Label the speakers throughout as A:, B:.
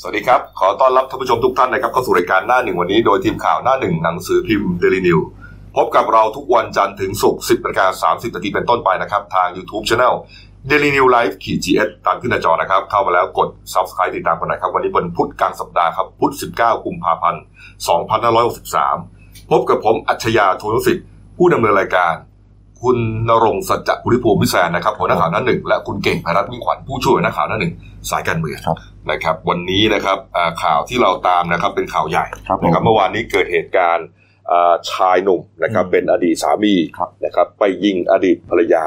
A: สวัสดีครับ ขอต้อนรับท่านผู้ชมทุกท่านนะครับเข้าสู่รายการหน้าหนึ่งวันนี้โดยทีมข่าวหน้าหนึ่งหนังสือพิมพ์เดลินิวพบกับเราทุกวันจันทร์ถึงศุกร์10นาฬิกา30นาทีเป็นต้นไปนะครับ ทาง YouTube Channel Daily New Life ขีด GS ตามขึ้นหน้าจอนะครับ เข้ามาแล้วกด Subscribe ติดตามกันหนะครับ วันนี้เป็นพุธกลางสัปดาห์ครับ พุธ 19 กุมภาพันธ์ 2563 พบกับผมอัจฉริยะโทนุสิทธิ์ ผู้ดำเนินรายการ คุณนรงค์สัจจภูริภูมิวิแสนนะครับหัวหน้าข่าวหน้าหนึ่งและคุณเก่งพรัตน์มิ่งขวัญผู้ช่วยหัวหน้าข่าวหน้าหนึ่งสายการเมือง
B: ครับ
A: นะครับวันนี้นะครับอ่าข่าวที่เราตามนะครับเป็นข่าวใหญ่
B: ครับผม
A: นะครับเมื่อวานนี้เกิดเหตุการณ์อ่าชายหนุ่มนะครับ
B: อืม
A: เป็นอดีตสามี
B: ครับ
A: นะครับไปยิงอดีตภรรยา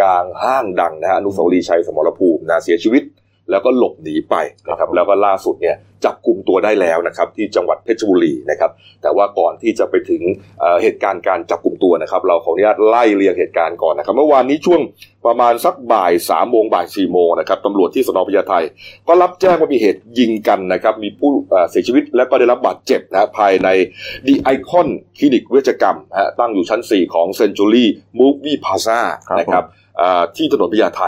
A: กลางห้างดังนะฮะอนุสาวรีย์ชัยสมรภูมินะเสียชีวิต แล้วก็หลบหนีไปนะค
B: ครั
A: รับบ
B: ผม
A: แล้วก็ล่าสุดเนี่ยจับกลุ่มตัวได้แล้วนะครับที่จังหวัดเพชรบุรีนะครับแต่ว่าก่อนที่จะไปถึงเอ่อเหตุการณ์การจับกลุ่มตัวนะครับเราขออนุญาตไล่เรียงเหตุการณ์ก่อนนะครับเมื่อวานนี้ช่วงประมาณสักบ่ายสามโมงบ่ายสี่โมงนะครับตำรวจที่สนพญาไท ก็รับแจ้งว่ามีเหตุยิงกันนะครับ มีผู้เอ่อเสียชีวิตและก็ได้รับบาดเจ็บนะฮะภายในดีไอคอนคลินิกเวชกรรมนะฮะตั้งอยู่ชั้น 4 ของ Century Movie Plaza
B: ครับ
A: นะครับอ่าที่ถนนพญาไท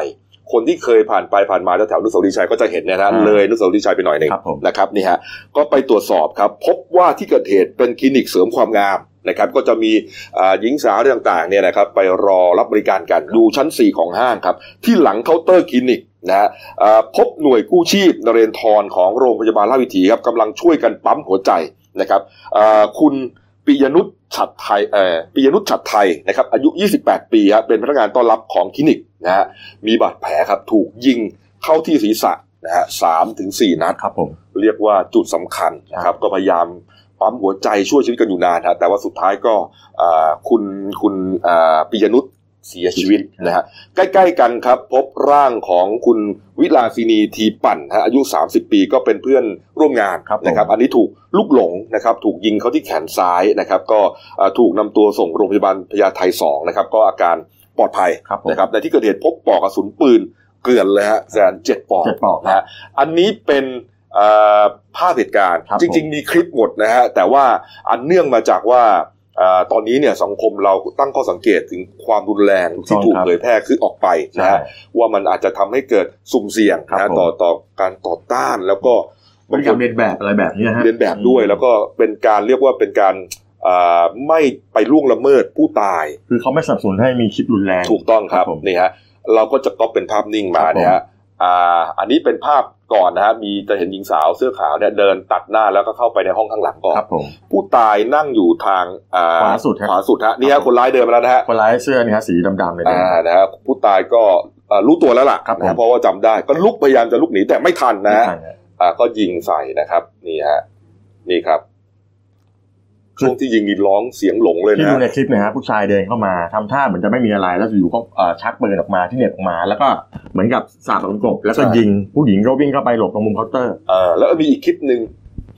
A: คนที่เคยผ่านไปผ่านมาแถวๆอนุสาวรีย์ชัยก็จะเห็นเนยนะฮะ
B: อ่า
A: เลยอนุสาวรีย์ชัยไปหน่อยหนึ่ง
B: ครับผม
A: นะครับนี่ฮะก็ไปตรวจสอบครับ พบว่าที่เกิดเหตุเป็นคลินิกเสริมความงามนะครับก็จะมีอ่าหญิงสาวอะไรต่างๆเนี่ยนะครับไปรอรับบริการกันดูชั้น 4 ของห้างครับที่หลังเคาน์เตอร์คลินิกนะฮะ เอ่อพบหน่วยกู้ชีพนเรนทรของโรงพยาบาลราชวิถีครับกำลังช่วยกันปั๊มหัวใจนะครับเอ่อคุณปิยนุชฉัดไทยเอ่อปิยนุชฉัดไทยนะครับอายุ 28 ปีครับเป็นพนักงานต้อนรับของคลินิกนะฮะมีบาดแผลครับถูกยิงเข้าที่ศีรษะนะฮะสามถึงสี่นัด
B: ครับผม
A: เรียกว่าจุดสำคัญนะครับก็พยายามปั๊มหัวใจช่วยชีวิตกันอยู่นานนะแต่ว่าสุดท้ายก็อ่าคุณคุณอ่าปิยนุชเสียชีวิตนะฮะใกล้ๆกันครับ พบร่างของคุณวิลาสินีทีปั่นนะฮะอายุ 30 ปีก็เป็นเพื่อนร่วมงาน
B: ครับผม
A: นะครับ อันนี้ถูกลูกหลงนะครับ ถูกยิงเขาที่แขนซ้ายนะครับ ก็อ่าถูกนำตัวส่งโรงพยาบาลพญาไท2นะครับ ก็อาการปลอดภัย
B: ครับผม
A: นะครับในที่เกิดเหตุพบปลอกกระสุนปืนเกลื่อนเลยฮะแสนเจ็ดปลอก
B: เจ็ดปอก
A: นะ
B: นะ
A: ฮะอันนี้เป็นเอ่อภาพเหตุการณ์
B: ครับ
A: จริง ๆ มีคลิปหมดนะฮะแต่ว่าอันเนื่องมาจากว่าเอ่อตอนนี้เนี่ยสังคมเราตั้งข้อสังเกตถึงความรุนแรง
B: ถูกต้
A: ที่
B: อง
A: ถูก
B: ครับ
A: เผยแพร่ขึ้นออกไปนะ
B: ใช่
A: ฮะว่ามันอาจจะทำให้เกิดสุ่มเสี่ยง
B: ครับ
A: นะฮะ
B: ผม
A: ต่อต่อการต่อต้านแล้วก็
B: บริการเรียนแบบอะไรแบบเนี้ยฮะ
A: เรียนแบบด้วย แล้วก็เป็นการเรียกว่าเป็นการเอ่อไม่ไปล่วงละเมิดผู้ตาย
B: คือเขาไม่สนับสนุนให้มีคลิปรุนแรง
A: ถูกต้องครับ
B: ครับผม
A: นี่ฮะเราก็จะก๊อปเป็นภาพนิ่งมา
B: ครับผม
A: เนี่ยฮะอ่าอันนี้เป็นภาพก่อนนะฮะมีจะเห็นหญิงสาวเสื้อขาวเนี่ยเดินตัดหน้าแล้วก็เข้าไปในห้องข้างหลังก่อน
B: ครับผม
A: ผู้ตายนั่งอยู่ทางอ่
B: ขวาสุดฮะ
A: ขวาสุดฮะนี่ฮะคนร้ายเดินมาแล้วนะฮะ
B: คนร้ายเสื้อเนี่ยฮะสีดำๆเลยนะ
A: อ่านะฮะผู้ตายก็อ่ารู้ตัวแล้วล่ะ
B: ครับผม
A: นะฮะเพราะว่าจำได้ก็ลุกพยายามจะลุกหนีแต่ไม่ทัน
B: ไม่
A: นะฮะ
B: ทันฮะ
A: อ่าก็ยิงใส่นะครับนี่ฮะนี่ครับ
B: คื
A: ช่
B: อ
A: วงที่ยิงมีร้องเสียงหลงเลย
B: ที่
A: นะ
B: ดู
A: ฮะ
B: ในคลิปเนยฮะผู้ชายเดินเข้ามาทำท่าเหมือนจะไม่มีอะไรแล้วอยู่ๆก็เอ่อชักปืนออกมาที่เหน็บออกมา แล้วก็เหมือนกับสาดลงกบแล้วก็
A: ใช่
B: ยิงผู้หญิงก็วิ่งเข้าไปหลบตรงมุมเคาน์เตอร์
A: เออแล้วก็มีอีกคลิปหนึ่ง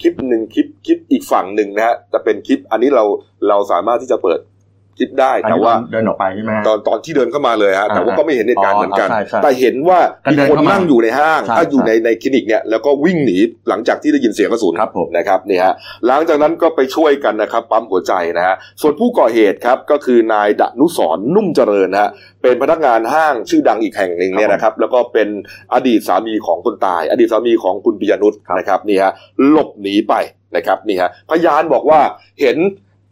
A: คลิปหนึ่งคลิปคลิปอีกฝั่งหนึ่งนะฮะแต่เป็นคลิปอันนี้เราเราสามารถที่จะเปิดคลิปได้
B: อัน
A: แต่
B: นี้
A: ว่า
B: เดินออกไปใช่ไหมฮะ
A: ตอนตอนที่เดินเข้ามาเลยฮะแต่ว่า
B: อ่า
A: ก็ไม่เห็นเหตุการณ์
B: อ๋อ
A: เหมือนกัน
B: ใช่ใช่
A: แต่เห็นว่ามี
B: ก็เดิน
A: คน
B: เข้ามา
A: นั่งอยู่ในห้าง
B: ใช่
A: ถ้าอยู่
B: ใช่
A: ในในคลินิกเนี่ยแล้วก็วิ่งหนีหลังจากที่ได้ยินเสียงกระสุน
B: ครับผม
A: นะครับนี่ฮะหลังจากนั้นก็ไปช่วยกันนะครับปั๊มหัวใจนะฮะส่วนผู้ก่อเหตุครับก็คือนายดนุสรนุ่มเจริญนะฮะเป็นพนักงานห้างชื่อดังอีกแห่งหนึ่งเนี่ยนะครับแล้วก็เป็นอดีตสามีของคนตาย อดีตสามีของคุณปิยนุชนะครับนี่ฮะหลบหนีไปนะครับนี่ฮะพยานบอกว่าเห็น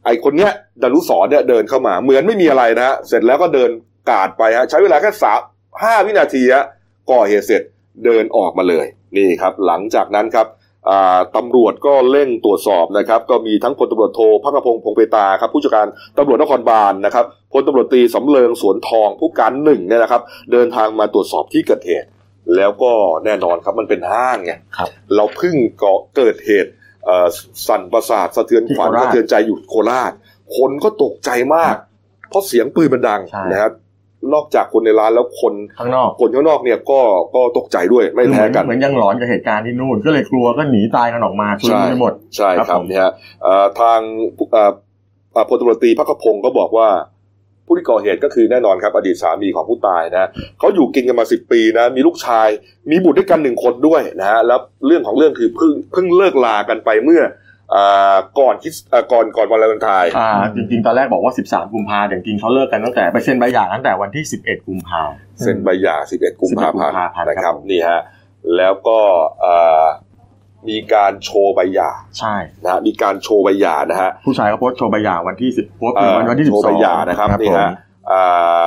A: ไอ้คนเนี้ยดนุสรเนี่ยเดินเข้ามา เหมือนไม่มีอะไรนะฮะเสร็จแล้วก็เดินกาดไปฮะใช้เวลาแค่สามห้าวินาทีฮะก่อเหตุเสร็จเดินออกมาเลยนี่ครับหลังจากนั้นครับ อ่าตำรวจก็เร่งตรวจสอบนะครับ ก็มีทั้งพลตำรวจโทพักกระพงศ์พงเพตาครับผู้จัดการตำรวจนครบาลนะครับพลตำรวจตรีสำเริงสวนทองผู้การหนึ่งเนี่ยนะครับ เดินทางมาตรวจสอบที่เกิดเหตุ แล้วก็แน่นอนครับมันเป็นห้างไง
B: ครับ
A: เราเพิ่งเกาะเกิดเหตุเอ่อสั่นประสาทสะเทือนขวัญ
B: ที่โค
A: สะ
B: ราช
A: เทือนใจอยู่โคราช คนก็ตกใจมาก เพราะเสียงปืนมันดัง
B: ใช่
A: นะครับนอกจากคนในร้านแล้วคน
B: ข้างนอก
A: คนข้างนอกเนี่ยก็ก็ตกใจด้วยไม่แพ้กัน
B: เหมือนยังหลอนกับเหตุการณ์ที่นู่น ก็เลยกลัวก็หนีตายกันออกมาชุนไปหมด
A: ใช่ค
B: ครั
A: รับบ
B: ผม
A: เนี่ยฮะเอ่อทางเอ่อเอ่อพลตำรวจตรีพักขพงศ์ก็บอกว่า ผู้ที่ก่อเหตุก็คือแน่นอนครับ อดีตสามีของผู้ตายนะเขาอยู่กินกันมาสิบปีนะ มีลูกชาย มีบุตรด้วยกันหนึ่งคนด้วยนะฮะแล้วเรื่องของเรื่องคือเพิ่งเพิ่งเลิกลากันไปเมื่อเอ่อก่อนคิดเอ่อก่อนก่อนวันวาเลนไทน์
B: อ่าจริงๆ ตอนแรกบอกว่า 13 กุมภาแต่จริงๆเขาเลิกกันตั้งแต่ไปเซ็นใบหย่าตั้งแต่วันที่ 11 กุมภา
A: เซ็นใบหย่า11 กุมภาพันธ์
B: 11กุมภาพันธ์
A: นะค
B: ครั
A: รับบ นี่ฮะแล้วก็เอ่อ มีการโชว์ใบหย่า
B: ใช่
A: นะฮะมีการโชว์ใบหย่านะฮะ
B: ผู้ชายเขาโพสต์โชว์ใบหย่าวันที่สิบโพสต์ถึง
A: เอ่อ
B: วันที่สิบ
A: โชว์
B: ส
A: ใบ
B: อง
A: หย่านะครับนี่
B: ผม
A: ฮะ อ่า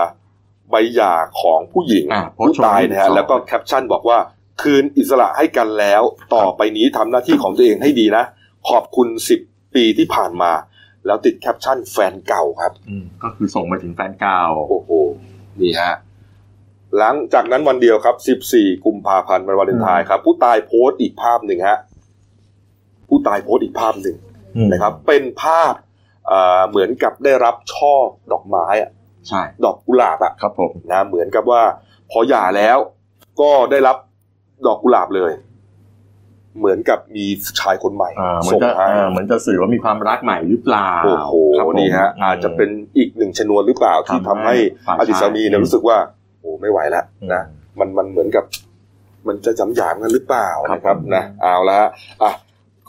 A: ใบหย่าของผู้หญิง
B: อ่าโพส
A: ผู้
B: ต์โชว์
A: ตายนะ
B: ที่
A: ฮะ
B: สอง
A: แล้วก็แคปชั่นบอกว่า คืนอิสระให้กันแล้ว ต่อไปนี้ทำหน้าที่ของตัวเองให้ดีนะ ขอบคุณสิบปีที่ผ่านมา แล้วติดแคปชั่นแฟนเก่าครับ
B: อืมก็คือส่งมาถึงแฟนเก่า
A: โอ้โหนี่ฮะหลังจากนั้นวันเดียวครับ 14 กุมภาพันธ์วันวาเลนไทน์ครับ ผู้ตายโพสต์อีกภาพหนึ่งฮะผู้ตายโพสต์อีกภาพหนึ่ง
B: อืม
A: นะครับ เป็นภาพอ่าเหมือนกับได้รับช่อดอกไม้อะ
B: ใช่
A: ดอกกุหลาบอะ
B: ครับผม
A: นะเหมือนกับว่าพอหย่าแล้วก็ได้รับดอกกุหลาบเลย เหมือนกับมีชายคนใหม่
B: อ่าเหมือ
A: ส่
B: น
A: ง
B: จะ
A: ให้
B: อ่าเหมือนจะสื่อว่ามีความรักใหม่หรือเปล่า
A: โอ้โห
B: ครับผม
A: นี่ฮะอาจจะเป็นอีกหนึ่งชนวนหรือเปล่าที่ทำ
B: ทำ
A: ให้
B: ให้ฝ่าย
A: อดีตสามีเนี่ย
B: ชาย
A: รู้สึกว่าโอ้ไม่ไหวแล้ว
B: อืม
A: นะมันมันเหมือนกับ มันจะจำหยามกันหรือเปล่า
B: ครับ
A: นะครับ
B: ผม
A: นะเอาละฮะอ่ะ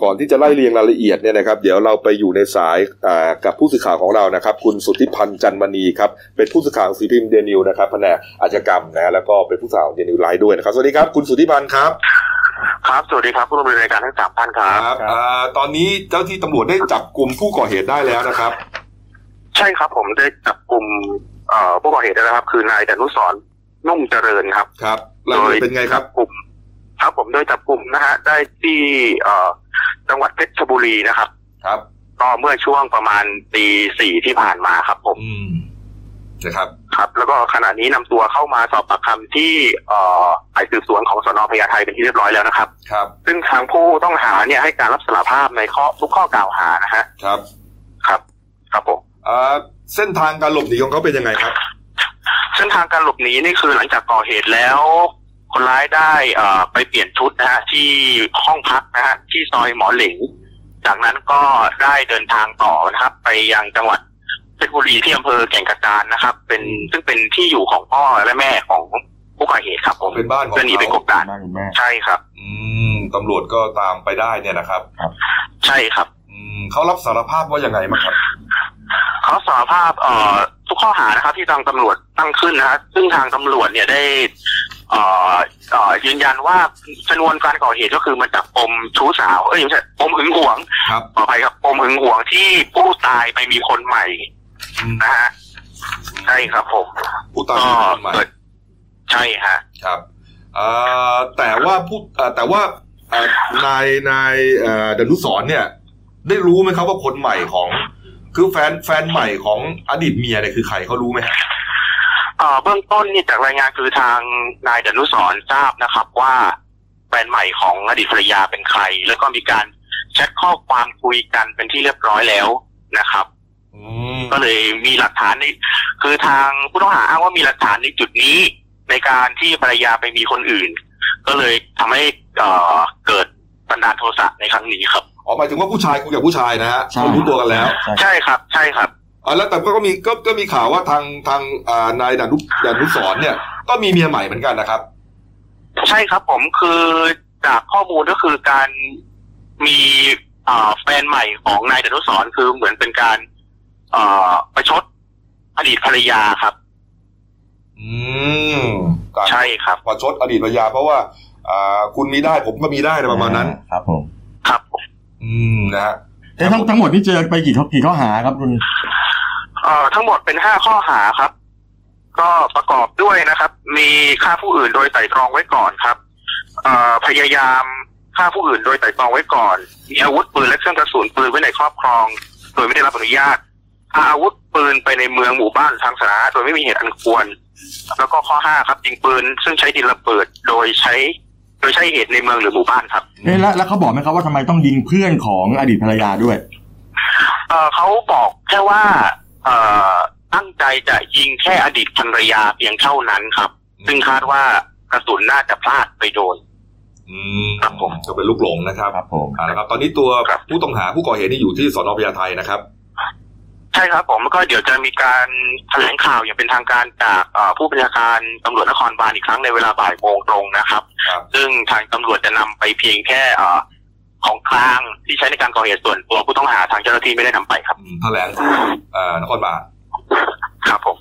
A: ก่อนที่จะไล่เรียงรายละเอียดเนี่ยนะครับ เดี๋ยวเราไปอยู่ในสายอ่ากับผู้สื่อข่าวของเรานะครับ คุณสุทธิพันธ์จันมณีครับเป็นผู้สื่อข่าวสีพิมพ์เดนิวนะครับแผนกอาชญากรรมนะฮะแล้วก็เป็นผู้สื่อข่าวเดนิวไลน์ด้วยนะครับสวัสดีครับคุณสุทธิพันธ์ครับ
C: ครับสวัสดีครับผู้ดำเนินรายการทั้งสามท่านครับ
A: อ่าตอนนี้เจ้าที่ตำรวจได้จับกลุ่มผู้ก่อเหตุได้แล้วนะครับ
C: ใช่ครับผมได้จับกลุ่มเอ่อผู้ก่อเหตุแล้วนะครับ คือนายดนุสรณ์นุ่มเจริญครับ
A: ครับรายละเอียดเป็นไงครับ
C: กลุ่ม ครับผมโดยจับกลุ่มนะฮะได้ที่เอ่อจังหวัดเพชรบุรีนะครับ
A: ครับ
C: ก็เมื่อช่วงประมาณตีสี่ที่ผ่านมาครับผม
A: อืมนะครับ
C: ครับ แล้วก็ขณะนี้นำตัวเข้ามาสอบปากคำที่เอ่อฝ่ายสืบสวนของสนพญาไทเป็นที่เรียบร้อยแล้วนะครับ
A: ครับ
C: ซึ่งทางผู้ต้องหาเนี่ยให้การรับสารภาพในข้อทุกข้อกล่าวหานะฮะ
A: ครับ
C: ครับ ครับผม
A: อ่าเส้นทางการหลบหนีของเขาเป็นยังไงครับ
C: เส้นทางการหลบหนีนี่คือหลังจากก่อเหตุแล้ว คนร้ายได้เอ่อไปเปลี่ยนชุดนะฮะที่ห้องพักนะฮะที่ซอยหมอเหลงจากนั้นก็ได้เดินทางต่อนะครับ ไปยังจังหวัดเพชรบุรีที่อำเภอแก่งกระจานนะครับ เป็นซึ่งเป็นที่อยู่ของพ่อและแม่ของผู้ก่อเหตุครับผม
A: เป็นบ้านของ
C: เพื่อหนีไปก
A: เขา
C: บดาน
B: บ้านคุณแม่
C: ใช่ครับ
A: อืมตำรวจก็ตามไปได้เนี่ยนะครับ
C: ใช่ครับ
A: อืมเขารับสารภาพว่ายังไงบ้างครับ
C: เขาสารภาพเอ่อทุกข้อหานะครับ ที่ทางตำรวจตั้งขึ้นนะฮะซึ่งทางตำรวจเนี่ยได้ เอ่อเอ่อยืนยันว่าชนวนการก่อเหตุก็คือมาจากปมชู้สาว เอ้ยไม่ใช่ปมหึงหวง
A: ครับ
C: ขออภัยครับปมหึงหวงที่ผู้ตายไปมีคนใหม่
A: อืม
C: นะฮะใช่ครับผม
A: ผู้ตาย
C: ก็
A: เป็นคนใหม่
C: เกิดใช่ฮะ
A: ครับอ่าแต่ว่าผู้อ่าแต่ว่าอ่านายนายเอ่อดนุสรณ์เนี่ย ได้รู้ไหมครับว่าคนใหม่ของ คือแฟนแฟนใหม่ของอดีตเมียเนี่ยคือใครเขารู้ไหมฮะ
C: เอ่อเบื้องต้นนี่จากรายงานคือทางนายดนุสรทราบนะครับว่าแฟนใหม่ของอดีตภรรยาเป็นใคร แล้วก็มีการแชทข้อความคุยกันเป็นที่เรียบร้อยแล้วนะครับ
A: อืม
C: ก็เลยมีหลักฐานในคือทางผู้ต้องหาอ้างว่ามีหลักฐานในจุดนี้ ในการที่ภรรยาไปมีคนอื่น ก็เลยทำให้เอ่อเกิดบันดาลโทสะในครั้งนี้ครับ
A: อ๋อหมายถึงว่าผู้ชายคุยกับผู้ชายนะฮะ
B: ใช่
A: เขารู้ตัวกันแล้ว
B: ใช่
C: ใช่ครับ ใช่ครับ
A: อ๋อแล้วแต่ก็มีก็ก็มีข่าวว่าทางทางอ่านายดนุดนุสรณ์เนี่ย ก็มีเมียใหม่เหมือนกันนะครับ
C: ใช่ครับผมคือจากข้อมูลก็คือการมีเอ่อแฟนใหม่ของนายดนุสรณ์คือเหมือนเป็นการเอ่อประชดอดีตภรรยาครับ
A: อืมต่าง
C: ใช่ครับ
A: ประชดอดีตภรรยาเพราะว่า อ่า คุณมีได้ผมก็มีได้อะไรประมาณนั้น
B: ครับผม
C: ครับผม
A: อืมนะฮะ
B: เอ๊ะทั้งทั้งหมดนี่เจอไปกี่ข้อกี่ข้อหาครับคุณ
C: เอ่อทั้งหมดเป็นห้าข้อหาครับ ก็ประกอบด้วยนะครับ มีฆ่าผู้อื่นโดยไตร่ตรองไว้ก่อนครับเอ่อพยายามฆ่าผู้อื่นโดยไตร่ตรองไว้ก่อน มีอาวุธปืนและเครื่องกระสุนปืนไว้ในครอบครอง โดยไม่ได้รับอนุญาตพาอาวุธปืนไปในเมืองหมู่บ้านทางสาธารณะโดยไม่มีเหตุอันควร แล้วก็ข้อห้าครับยิงปืนซึ่งใช้ดินระเบิดโดยใช้ โดยใช้เหตุในเมืองหรือหมู่บ้านครับ
B: เอ๊ะแล้วแล้วเขาบอกไหมครับว่าทำไมต้องยิงเพื่อนของอดีตภรรยาด้วย
C: เอ่อเขาบอกแค่ว่าเอ่อตั้งใจจะยิงแค่อดีตภรรยาเพียงเท่านั้นครับ
A: อืม
C: ซึ่งคาดว่ากระสุนน่าจะพลาดไปโดน
A: อืม
C: ครับผม
A: ก็เป็นลูกหลงนะครับ
B: ครับผม
A: เอาละครับ ตอนนี้ตัว
C: ครับ
A: ผู้ต้องหาผู้ก่อเหตุนี่อยู่ที่สอนอพญาไทนะครับ
C: ใช่ครับผมแล้วก็เดี๋ยวจะมีการแถลงข่าวอย่างเป็นทางการจากเอ่อผู้บัญชาการตำรวจนครบาลอีกครั้งในเวลาบ่ายโมงตรงนะครับ
A: ครับ
C: ซึ่งทางตำรวจจะนำไปเพียงแค่เอ่อของกลางที่ใช้ในการก่อเหตุส่วนตัวผู้ต้องหาทางเจ้าหน้าที่ไม่ได้นำไปครับ
A: อืมแถลงที่อ่านครบาล
C: ครับผม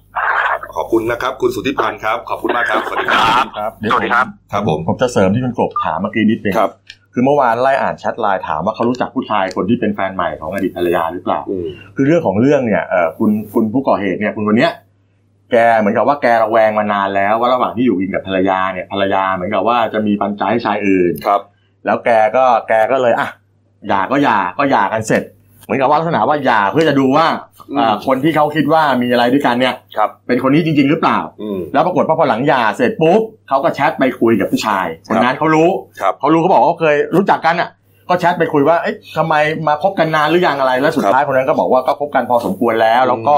A: ขอบคุณนะครับ คุณสุทธิพันธ์ครับ ขอบคุณมากครับ สวัสดีค
C: ค
A: รั
C: รับ บ
B: ครับเดี๋ยว
C: สวัสดีครับ
A: ครับผม
B: ผมจะเสริมที่คุณกบถามเมื่อกี้นิดนึง
A: ครับ
B: คือเมื่อวานไล่อ่านแชทไลน์ถามว่าเขารู้จักผู้ชายคนที่เป็นแฟนใหม่ของอดีตภรรยาหรือเปล่า
A: อืม
B: คือเรื่องของเรื่องเนี่ยเอ่อคุณคุณผู้ก่อเหตุเนี่ยคุณคนเนี้ยแกเหมือนกับว่าแกระแวงมานานแล้วว่าระหว่างที่อยู่กินกับภรรยาเนี่ยภรรยาเหมือนกับว่าจะมีปัญญาให้ชายอื่น
A: ครับ
B: แล้วแกก็แกก็เลยอ่ะหย่าก็หย่าก็หย่ากันเสร็จ เหมือนกับว่าลักษณะว่าหย่าเพื่อจะดูว่า
A: อื
B: อ่ามคนที่เขาคิดว่ามีอะไรด้วยกันเนี่ย
A: ครับ
B: เป็นคนนี้จริง ๆ หรือเปล่า
A: อืม
B: แล้วปรากฏว่าพอหลังหย่าเสร็จปุ๊บเขาก็แชทไปคุยกับผู้ชายคนนั้นเขารู้
A: ครับ
B: เขารู้เขาบอกว่าเขาเคยรู้จักกันอ่ะ ก็แชทไปคุยว่าเอ๊ะทำไมมาคบกันนานหรือยังอะไรแล้วสุดท้ายคนนั้นก็บอกว่าก็คบกันพอสมควรแล้วแล้วก็